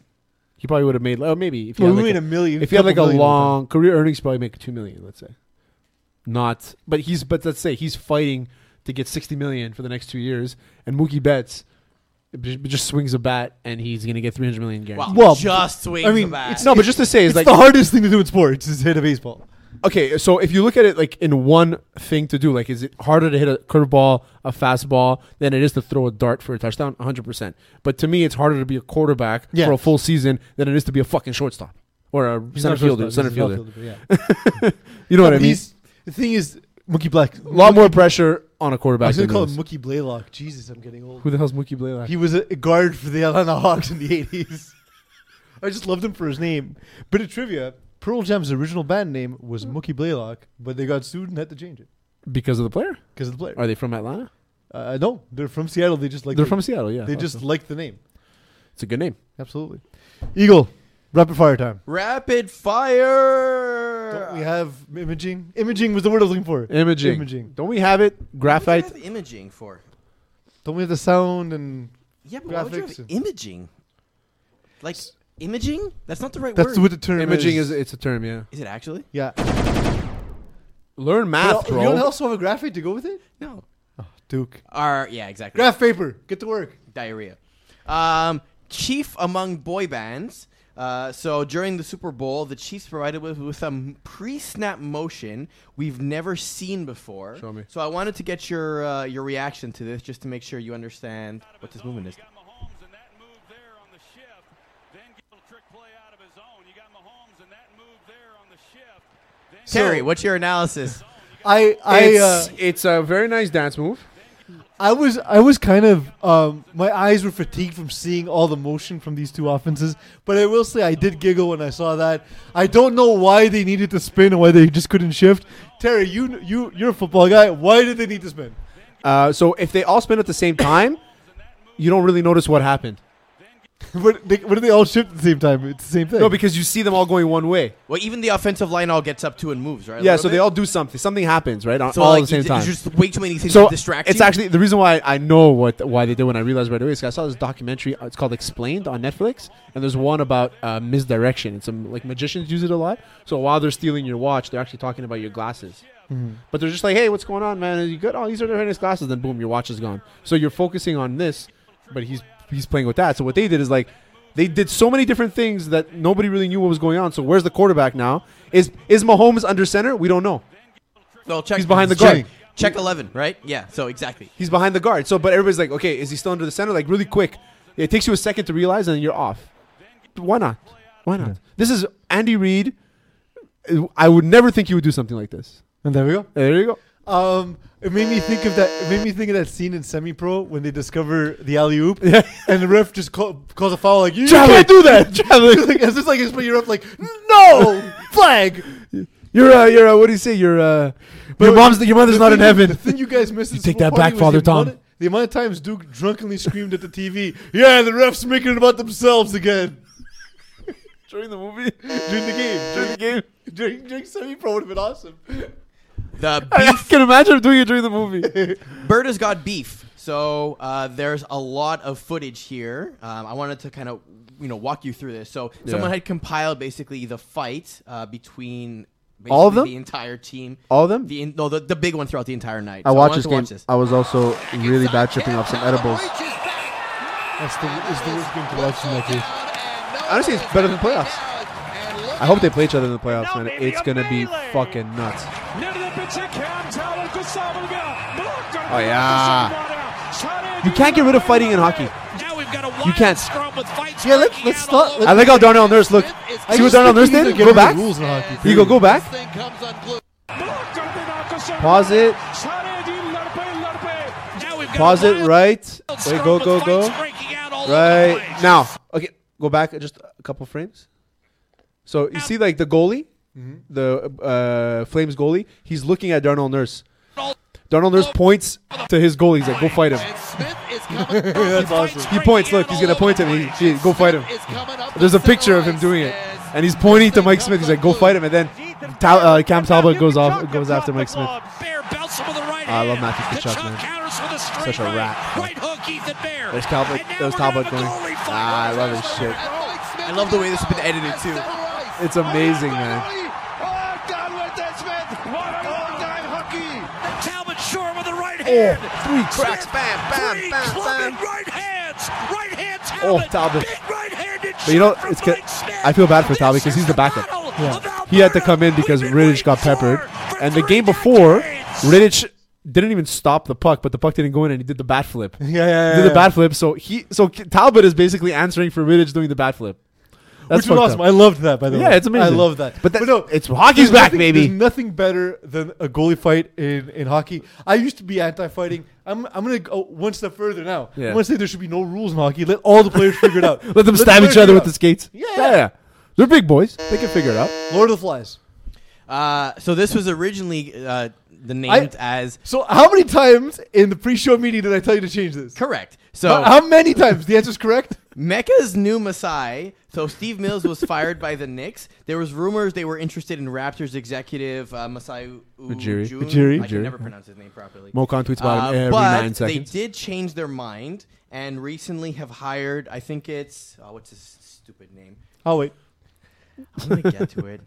S2: He probably would have made oh maybe if he
S1: Well,
S2: had
S1: we
S2: like
S1: made
S2: a,
S1: a million.
S2: if he had like a
S1: couple million with him.
S2: long career earnings, probably make two million. Let's say, not. But he's but let's say he's fighting to get sixty million for the next two years, and Mookie Betts j- just swings a bat and he's gonna get three hundred million guaranteed.
S3: Wow,
S1: Well,
S3: just swings
S1: I mean,
S3: back.
S1: it's
S2: No, but just to say
S1: It's
S2: is like
S1: the hardest thing to do in sports is hit a baseball.
S2: okay. So if you look at it like in one thing to do, like is it harder to hit a curveball, a fastball, than it is to throw a dart for a touchdown? One hundred percent. But to me, it's harder to be a quarterback
S1: Yes.
S2: for a full season than it is to be a fucking shortstop or a
S1: He's
S2: center
S1: not a shortstop,
S2: fielder.
S1: he's
S2: Center
S1: an
S2: fielder.
S1: outfielder, but yeah.
S2: You know what
S1: But
S2: I mean?
S1: he's- The thing is, Mookie Black.
S2: A lot more pressure on a
S1: I
S2: quarterback.
S1: was
S2: Than
S1: gonna call
S2: it
S1: him
S2: is.
S1: Mookie Blaylock. Jesus, I'm getting old.
S2: Who the hell's Mookie Blaylock?
S1: He was a guard for the Atlanta Hawks in the 80s. [LAUGHS] I just loved him for his name. Bit of trivia Pearl Jam's original band name was Mookie Blaylock, but they got sued and had to change it.
S2: because of the player.
S1: because of the player.
S2: Are they from Atlanta?
S1: Uh, no, they're from Seattle. They just like
S2: They're
S1: the-
S2: from Seattle. Yeah,
S1: They just
S2: awesome.
S1: like the name.
S2: it's a good name.
S1: Absolutely. Eagle, rapid fire time.
S3: Rapid fire.
S1: Don't we have imaging? Imaging was the word I was looking for.
S2: Imaging.
S1: Imaging.
S2: Don't we have it?
S3: What do you
S2: Graphite.
S3: have imaging for.
S1: Don't we have the sound and
S3: Yeah, but why would you have
S1: Graphics and-
S3: imaging? Like imaging? That's not the right
S1: that's
S3: word.
S1: what the term
S2: Imaging is it's a term. Yeah.
S3: Is it actually?
S1: yeah.
S2: Learn
S1: But
S2: math,
S1: You don't
S2: bro.
S1: also have a graphic to go with it?
S3: No.
S1: Duke.
S3: Or yeah, exactly.
S1: Graph paper. Get to work.
S3: Diarrhea. Um, chief among boy bands. Uh, so during the Super Bowl, the Chiefs provided with with some pre-snap motion we've never seen before.
S2: Show me.
S3: So I wanted to get your uh, your reaction to this, just to make sure you understand what this movement is.
S4: You got Mahomes and that move there on the shift. Then get a little trick play out of his own. You got Mahomes and that move there on the shift. Then
S3: Terry, what's your analysis?
S1: I I
S2: It's,
S1: uh,
S2: it's a very nice dance move.
S1: I was I was kind of um, my eyes were fatigued from seeing all the motion from these two offenses, but I will say I did giggle when I saw that. I don't know why they needed to spin and why they just couldn't shift. Terry, you kn- you you're a football guy. Why did they need to spin? [LAUGHS]
S2: Uh, so if they all spin at the same time, you don't really notice what happened.
S1: what, they, what did they all shift at the same time? It's the same thing.
S2: No, because you see them all going one way.
S3: Well, even the offensive line all gets up to and moves, right? a
S2: Yeah,
S3: little
S2: so they
S3: bit?
S2: all do something. Something happens, right? on-
S3: So
S2: all at
S3: like,
S2: the same
S3: you-
S2: time.
S3: There's just way too many things
S2: so
S3: to distract
S2: it's
S3: you.
S2: actually the reason why I know what why they did when I realized right away is 'cause I saw this documentary. uh, It's called Explained on Netflix, and there's one about uh, misdirection. And some like magicians use it a lot. So while they're stealing your watch, they're actually talking about your glasses. But they're just like, "Hey, what's going on, man? Are you good? Oh, these are very nice glasses." Then boom, your watch is gone. So you're focusing on this, but he's he's playing with that. So what they did is like. They did so many different things that nobody really knew what was going on. So where's the quarterback now? Is is Mahomes under center? We don't know.
S3: no, check,
S2: He's behind the
S1: Check.
S2: guard.
S3: Check eleven, right? Yeah. So exactly.
S2: He's behind the guard. So, but everybody's like, okay, is he still under the center? Like, really quick. It takes you a second to realize, and then you're off. Why not? Why not? This is Andy Reid. I would never think he would do something like this.
S1: and there we go.
S2: There you go.
S1: Um, it made me think of that. It made me think of that scene in Semi Pro when they discover the alley
S2: [LAUGHS]
S1: oop, and the ref just call, calls a foul like you can't do that. [LAUGHS] like, it's just like it's your ref like no flag.
S2: [LAUGHS] You're uh, you're uh, what do you say? You're uh, your mom's your mother's
S1: The
S2: not
S1: thing
S2: in
S1: you-
S2: heaven.
S1: The
S2: [LAUGHS]
S1: thing you guys missed. You
S2: take that back, Father Tom.
S1: the amount of times Duke drunkenly screamed at the TV, "Yeah, the refs making it about themselves again." [LAUGHS]
S2: During the movie,
S1: During the game, during,
S2: the game,
S1: during, during semi-pro would have been awesome.
S3: The
S2: I
S3: beef
S2: can imagine him doing it during the movie.
S3: Bird has got beef, so uh, there's a lot of footage here. Um, I wanted to kind of you know walk you through this. So someone had compiled basically the fight uh, between basically
S2: All of them?
S3: the entire team,
S2: All of them.
S3: the in- no the, the big one throughout the entire night.
S2: I
S3: So
S2: watched
S3: wanted
S2: this
S3: to
S2: game.
S3: Watch this.
S2: I was also really bad tripping off some edibles.
S1: That's the, is the worst game to watch in that case.
S2: Honestly, it's better than playoffs. I hope they play each other in the playoffs, man. It's gonna be fucking nuts.
S5: Oh
S2: yeah.
S5: yeah. You can't get rid of fighting in hockey.
S2: You
S5: You
S2: can't.
S5: can't.
S1: Yeah, let's- let's start-
S2: I like how Darnell Nurse looked. See what
S1: just
S2: Darnell
S1: think
S2: Nurse
S1: we need to
S2: did?
S1: get
S2: Go
S1: rid of
S2: back.
S1: Rules in hockey.
S5: Here
S2: Eagle, go back. Pause
S5: Pause
S2: it. Pause it right. Wait,
S5: Wait,
S2: go, go, go. Right now. Okay, go back just a couple frames. So you see, like the goalie, the uh, Flames goalie, he's looking at Darnell Nurse. Darnell Nurse points to his goalie. He's like, "Go fight him."
S3: [LAUGHS]
S1: That's awesome.
S2: He points. Look, he's gonna point at me. He, go fight him. There's
S6: There's
S2: a picture of him doing it, and he's pointing to Mike Smith. He's like, "Go fight him!" And then Tal- uh, Cam Talbot goes off, goes after Mike Smith. I love Matthew Tkachuk, man. Such
S5: Such
S2: a rat.
S5: Right hook, Ethan Bear.
S2: There's Talbot.
S5: And now
S2: There's
S5: we're
S2: Talbot
S5: gonna have a
S2: going.
S5: goalie fight.
S2: Ah, I love his shit.
S3: I love the way this has been edited too.
S2: It's amazing, man.
S5: Talbot Shore with the right hand.
S2: Three
S5: Smith,
S2: Oh. cracks, bam, bam,
S5: three
S2: bam,
S5: clubbing
S2: bam.
S5: right hands. Right hand
S2: Oh,
S5: Talbot.
S2: Talbot.
S5: Big right-handed
S2: But you know,
S5: shot from
S2: it's good-
S5: Mike Smith.
S2: I feel bad for Talbot 'cause
S5: This
S2: he's
S5: is
S2: the backup.
S5: battle of Alberta,
S2: He had to come in
S5: who've
S2: because
S5: been
S2: Riddich got
S5: waiting
S2: peppered,
S5: for for
S2: and the
S5: three
S2: game before,
S5: decades.
S2: Riddich didn't even stop the puck, but the puck didn't go in, and he did the bat flip.
S1: [LAUGHS] Yeah, yeah, yeah.
S2: Did
S1: yeah.
S2: the bat flip. So he, so Talbot is basically answering for Riddich doing the bat flip. That's
S1: Which was
S2: fucked
S1: awesome.
S2: up.
S1: I loved that, by the way.
S2: Yeah, it's amazing.
S1: I love that.
S2: But, that,
S1: no,
S2: it's
S1: there's
S2: hockey's back,
S1: nothing,
S2: baby.
S1: There's nothing better than a goalie fight in, in hockey. I used to be anti-fighting. I'm, I'm going to go one step further now.
S2: Yeah.
S1: I'm going to say there should be no rules in hockey. Let all the players figure it out.
S2: [LAUGHS] Let them stab
S1: players
S2: each other
S1: figure
S2: with
S1: it
S2: the skates.
S1: Yeah.
S2: They're big boys. They can figure it out.
S1: out. Lord of the Flies.
S3: Uh, so this was originally uh, the named as
S1: So how many times in the pre-show meeting did I tell you to change this?
S3: correct.
S1: How,
S3: So
S1: how many times? The answer's correct. [LAUGHS]
S3: Mecca's new Masai. So Steve Mills was fired by the Knicks. There was rumors they were interested in Raptors executive uh, Masai U-
S2: Ujiri.
S3: Ujiri.
S1: Ujiri.
S3: I
S2: Ujiri.
S3: can never pronounce his name properly.
S2: Mokan tweets about him
S3: Uh,
S2: every
S3: but
S2: nine seconds.
S3: They did change their mind and recently have hired. I think it's oh, what's his stupid name?
S1: Oh wait,
S3: I'm gonna get to it.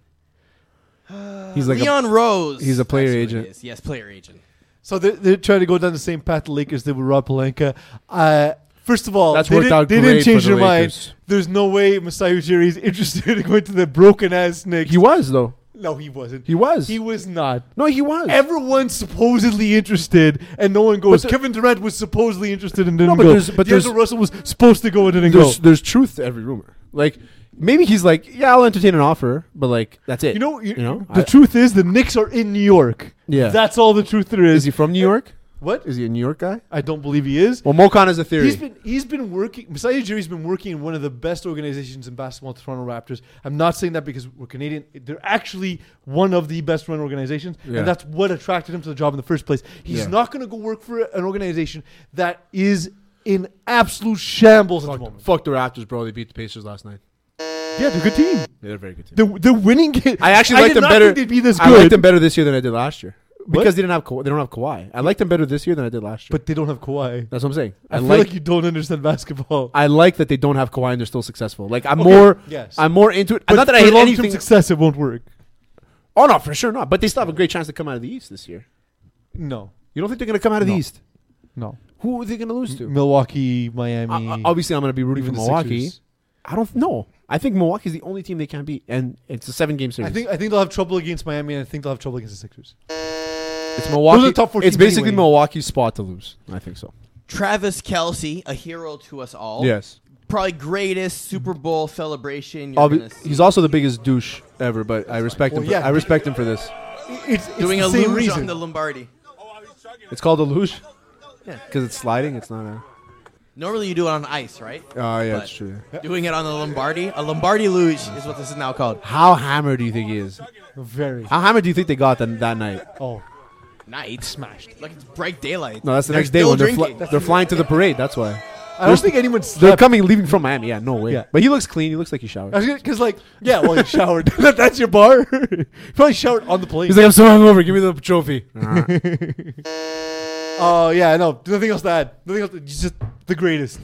S2: [LAUGHS] He's like a-
S3: Leon Rose.
S2: he's a player
S3: That's who it
S2: agent.
S3: is. Yes, player agent.
S1: so they're, they're trying to go down the same path the Lakers did with Rob Palenka. Uh, first of all,
S2: That's
S1: they,
S2: worked
S1: didn't,
S2: out
S1: they didn't
S2: great
S1: change
S2: for
S1: their
S2: the
S1: mind.
S2: Lakers.
S1: There's no way Masai Ujiri is [LAUGHS] interested in going to the broken ass Knicks.
S2: he was though.
S1: no, he wasn't.
S2: He was.
S1: He was not.
S2: no, he was.
S1: Everyone's supposedly interested, and no one goes.
S2: But the-
S1: Kevin Durant was supposedly interested and didn't
S2: No, but
S1: go.
S2: there's- but there's-
S1: D'Angelo Russell was supposed to go and didn't go.
S2: there's there's truth to every rumor. Like maybe he's like, yeah, I'll entertain an offer, but like that's it.
S1: You know, you,
S2: you know.
S1: the
S2: I-
S1: truth is the Knicks are in New York.
S2: Yeah.
S1: that's all the truth there
S2: is
S1: is.
S2: he from New York?
S1: what?
S2: Is he a New York guy?
S1: I don't believe he is.
S2: Well, Mokan has a theory.
S1: He's been he's been working. Masai Ujiri's been working in one of the best organizations in basketball, Toronto Raptors. I'm not saying that because we're Canadian. They're actually one of the best run organizations,
S2: Yeah.
S1: and that's what attracted him to the job in the first place. He's
S2: Yeah.
S1: not going to go work for an organization that is in absolute shambles at the moment.
S2: Fuck the Raptors, bro. They beat the Pacers last night.
S1: Yeah, they're a good team.
S2: They're a very good team.
S1: They're, they're winning. ga-
S2: I actually like
S1: did
S2: them
S1: not
S2: better.
S1: Think they'd be this
S2: I like
S1: good,
S2: them better this year than I did last year because
S1: What?
S2: they didn't have Ka- they don't have Kawhi. I like them better this year than I did last year.
S1: but they don't have Kawhi.
S2: that's what I'm saying. I,
S1: I, feel
S2: like,
S1: like, you don't understand basketball.
S2: I like that they don't have Kawhi and they're still successful. Like I'm
S1: Okay,
S2: more
S1: yes.
S2: I'm more into it.
S1: But
S2: not that I
S1: for
S2: hate
S1: long-term
S2: anything.
S1: success, it won't work.
S2: oh no, for sure not. But they still have a great chance to come out of the East this year.
S1: No,
S2: You don't think they're going to come out of
S1: No.
S2: the East?
S1: no.
S2: Who are they going to lose to?
S1: Milwaukee, Miami.
S2: I- I- obviously, I'm going to be rooting for
S1: even the
S2: Milwaukee.
S1: Sixers.
S2: I don't know. I think Milwaukee's the only team they can't beat, and it's a seven game series.
S1: I think I think they'll have trouble against Miami, and I think they'll have trouble against the Sixers.
S2: it's Milwaukee.
S1: top four
S2: it's
S1: teams
S2: basically
S1: anyway.
S2: Milwaukee's spot to lose. I think so.
S3: Travis Kelsey, a hero to us
S1: Oh,
S3: all.
S2: Yes.
S3: Probably greatest Super Bowl celebration you're gonna
S2: Obvi-
S3: see.
S2: he's also the biggest douche ever, but I respect him.
S1: Well,
S2: for-
S1: yeah.
S2: I respect him for this.
S1: It's, it's
S3: doing
S1: the
S3: a
S1: same
S3: luge
S1: reason.
S3: on the Lombardi.
S2: It's called a luge.
S3: Yeah.
S2: Because it's sliding. It's not a.
S3: Normally you do it on ice, right?
S2: Oh yeah,
S3: But
S2: that's true.
S3: Doing it on the Lombardi, a Lombardi luge is what this is now called.
S2: How hammered do you think he is?
S1: Very.
S2: How hammered do you think they got that, that night?
S1: Oh,
S3: Night smashed. Like it's bright daylight.
S2: No, that's the
S3: They're
S2: next day
S3: still
S2: when they're, fly-
S3: drinking.
S2: they're flying to the parade. That's why.
S1: I don't think anyone's
S2: They're
S1: slept.
S2: coming, leaving from Miami. Yeah, no way.
S1: Yeah.
S2: But he looks clean. He looks like he showered.
S1: Because like, yeah, well, you showered. [LAUGHS] That- That's your bar. You Probably showered on the plane.
S2: He's like, I'm so hungover. Give me the trophy.
S1: oh yeah, no, nothing else to add. Nothing else. To, he's just the greatest.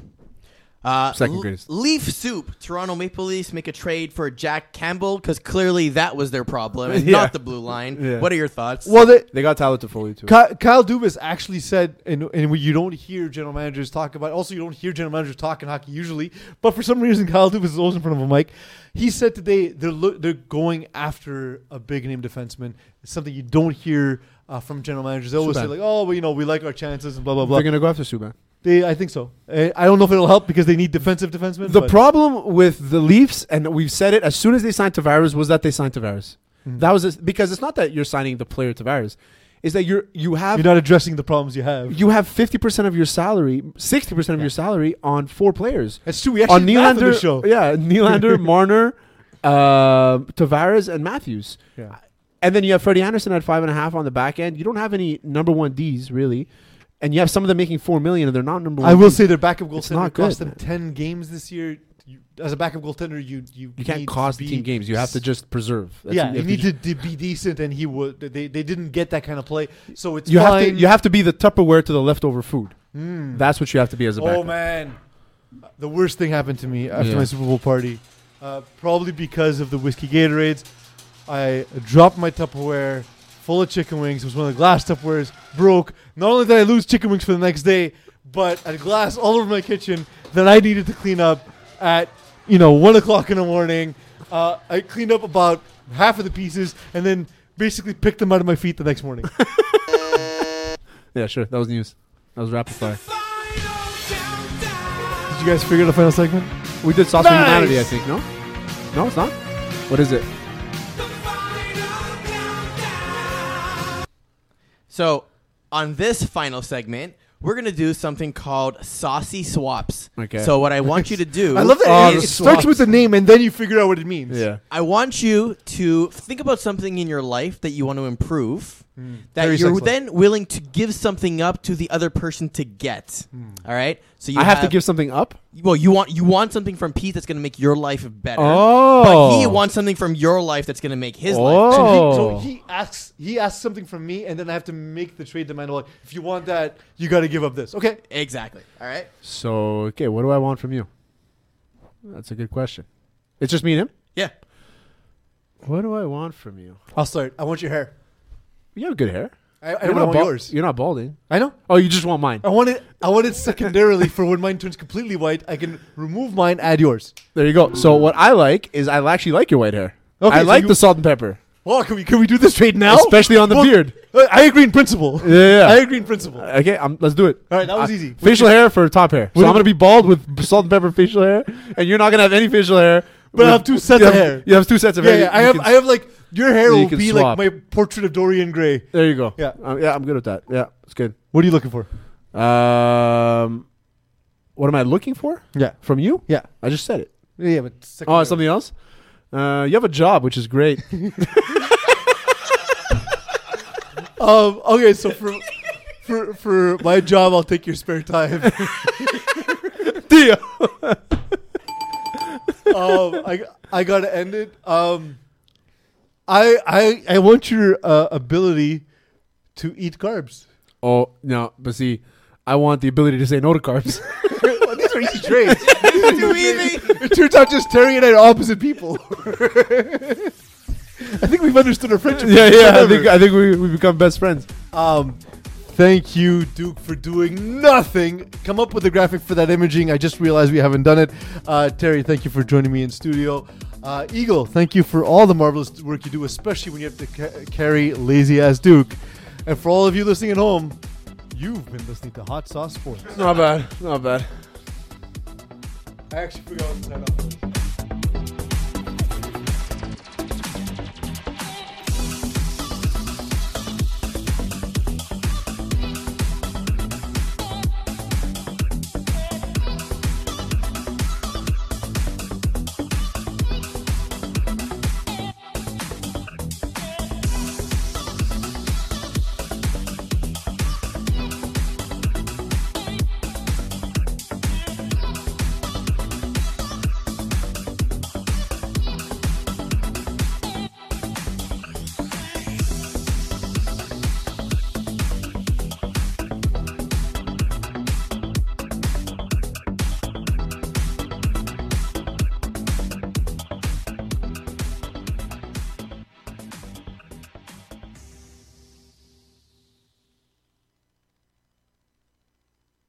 S3: Uh,
S2: Second greatest.
S3: leaf soup. Toronto Maple Leafs make a trade for Jack Campbell because clearly that was their problem and
S2: [LAUGHS] Yeah.
S3: not the blue line.
S2: Yeah.
S3: What are your thoughts?
S1: Well, the,
S2: they got Tyler Toffoli too.
S1: Ky- Kyle Dubas actually said, and, and we- you don't hear general managers talk about. Also, you don't hear general managers talk in hockey usually, but for some reason, [LAUGHS] Kyle Dubas is always in front of a mic. He said today they're lo- they're going after a big name defenseman. It's something you don't hear uh, from general managers. They always
S2: Subban.
S1: say like, "Oh, well, you know, we like our chances," and blah blah blah.
S2: They're gonna go after Subban.
S1: They, I think so. I, I don't know if it'll help because they need defensive defensemen.
S2: The
S1: but-
S2: problem with the Leafs, and we've said it as soon as they signed Tavares, was that they signed Tavares. That was it because it's not that you're signing the player Tavares, is that you're you have
S1: you're not addressing the problems you have.
S2: you have fifty percent of your salary, sixty percent of your salary on four players.
S1: That's true. We actually
S2: on
S1: did math on
S2: Nylander,
S1: this show. [LAUGHS]
S2: yeah, Nylander, Marner, uh, Tavares, and Matthews.
S1: Yeah.
S2: And then you have Freddie Anderson at five and a half on the back end. You don't have any number one D's really, and you have some of them making four million, and they're not number one.
S1: I will
S2: Ds.
S1: say their backup goaltender
S2: not good,
S1: cost them
S2: man.
S1: ten games this year. You, as a backup goaltender, you you,
S2: You can't
S1: need to
S2: cost
S1: be-
S2: team games. You have to just preserve. That's-
S1: yeah,
S2: have
S1: you
S2: to
S1: need to, to
S2: ju-
S1: be decent, and he would. They, they didn't get that kind of play, so it's
S2: You have
S1: fine.
S2: to. You have to be the Tupperware to the leftover food. That's what you have to be as a
S1: oh
S2: backup.
S1: man, the worst thing happened to me after
S2: Yeah.
S1: my Super Bowl party, uh, probably because of the whiskey Gatorades. I dropped my Tupperware full of chicken wings. It was one of the glass Tupperwares broke. Not only did I lose chicken wings for the next day, but I had glass all over my kitchen that I needed to clean up at you know one o'clock in the morning. Uh, I cleaned up about half of the pieces and then basically picked them out of my feet the next morning.
S2: Yeah, sure. That was news. That was rapid fire.
S1: [LAUGHS] Did you guys figure out the final segment?
S2: We did sauce
S1: Nice!
S2: for humanity. I think no, no, it's not. What is it?
S3: so, on this final segment, we're gonna do something called saucy swaps.
S2: Okay.
S3: So what I
S2: [LAUGHS]
S3: want you to do,
S1: I love that
S2: Oh,
S1: it,
S2: the
S1: it starts with the name and then you figure out what it means.
S2: Yeah.
S3: I want you to think about something in your life that you want to improve.
S2: Hmm.
S3: That
S1: Very
S3: you're
S1: sexless.
S3: then willing to give something up to the other person to get. All right. So you
S2: Hmm. I have, to give something up.
S3: Well, you want you want something from Pete that's going to make your life better. But
S2: Oh.
S3: he wants something from your life that's going to make his
S2: Oh.
S3: life.
S1: So,
S3: better.
S1: he,
S2: Oh.
S1: so he asks he asks something from me and then I have to make the trade demand like if you want that you got to give up this. Okay.
S3: Exactly. All right.
S2: So okay, what do I want from you? That's a good question. It's just me and him.
S3: Yeah. [LAUGHS]
S2: What do I want from you?
S1: I'll start. I want your hair.
S2: You have good hair.
S1: I, I
S2: You're
S1: don't want
S2: bal-
S1: yours.
S2: You're not balding.
S1: I know.
S2: Oh, you just want mine.
S1: I want it. I want it secondarily for when mine turns completely white. I can remove mine, add yours.
S2: There you go. So what I like is I actually like your white hair.
S1: Okay,
S2: I
S1: so
S2: like
S1: you-
S2: the salt and pepper,
S1: Well, can we can we do this trade now?
S2: especially on the
S1: Well,
S2: beard.
S1: uh, I agree in principle.
S2: Yeah, yeah.
S1: I agree in principle.
S2: Okay, I'm, let's do it.
S1: All right, that was
S2: I-
S1: easy.
S2: Facial hair for top hair. So
S1: What
S2: I'm
S1: if-
S2: gonna be bald with [LAUGHS] salt and pepper facial hair, and you're not gonna have any facial hair.
S1: But I
S2: with-
S1: have two sets
S2: you
S1: of
S2: have-
S1: hair.
S2: You have two sets of
S1: yeah,
S2: hair.
S1: yeah. I
S2: You
S1: have
S2: can-
S1: I have like your hair
S2: Yeah, you
S1: will
S2: can
S1: be
S2: swap.
S1: like my portrait of Dorian Gray.
S2: there you go.
S1: Yeah.
S2: Um, yeah, I'm good with that. Yeah, it's good.
S1: What are you looking for?
S2: Um, what am I looking for
S1: Yeah,
S2: from you?
S1: yeah,
S2: I just said it.
S1: yeah. But
S2: Oh,
S1: secondary.
S2: it's something else. Uh, you have a job, which is
S1: [LAUGHS]
S2: great.
S1: Um, okay, so for for for my job, I'll take your spare time.
S2: [LAUGHS] Deal.
S1: [LAUGHS] um, I I gotta end it. Um, I I I want your uh, ability to eat carbs.
S2: Oh no, but see, I want the ability to say no to carbs. [LAUGHS]
S1: These are easy trades.
S3: Too easy.
S1: [LAUGHS] it turns out just tearing it at opposite
S2: [LAUGHS]
S1: people. [LAUGHS] I think we've understood our friendship.
S2: yeah, yeah. I
S1: Whatever.
S2: think I think we we become best friends.
S1: Um, thank you, Duke, for doing nothing. Come up with a graphic for that imaging. I just realized we haven't done it. Uh, Terry, thank you for joining me in studio. Uh, Eagle, thank you for all the marvelous work you do, especially when you have to ca- carry lazy ass Duke. And for all of you listening at home, you've been listening to Hot Sauce Sports.
S2: Not bad. Not bad.
S1: I actually forgot what to sign off.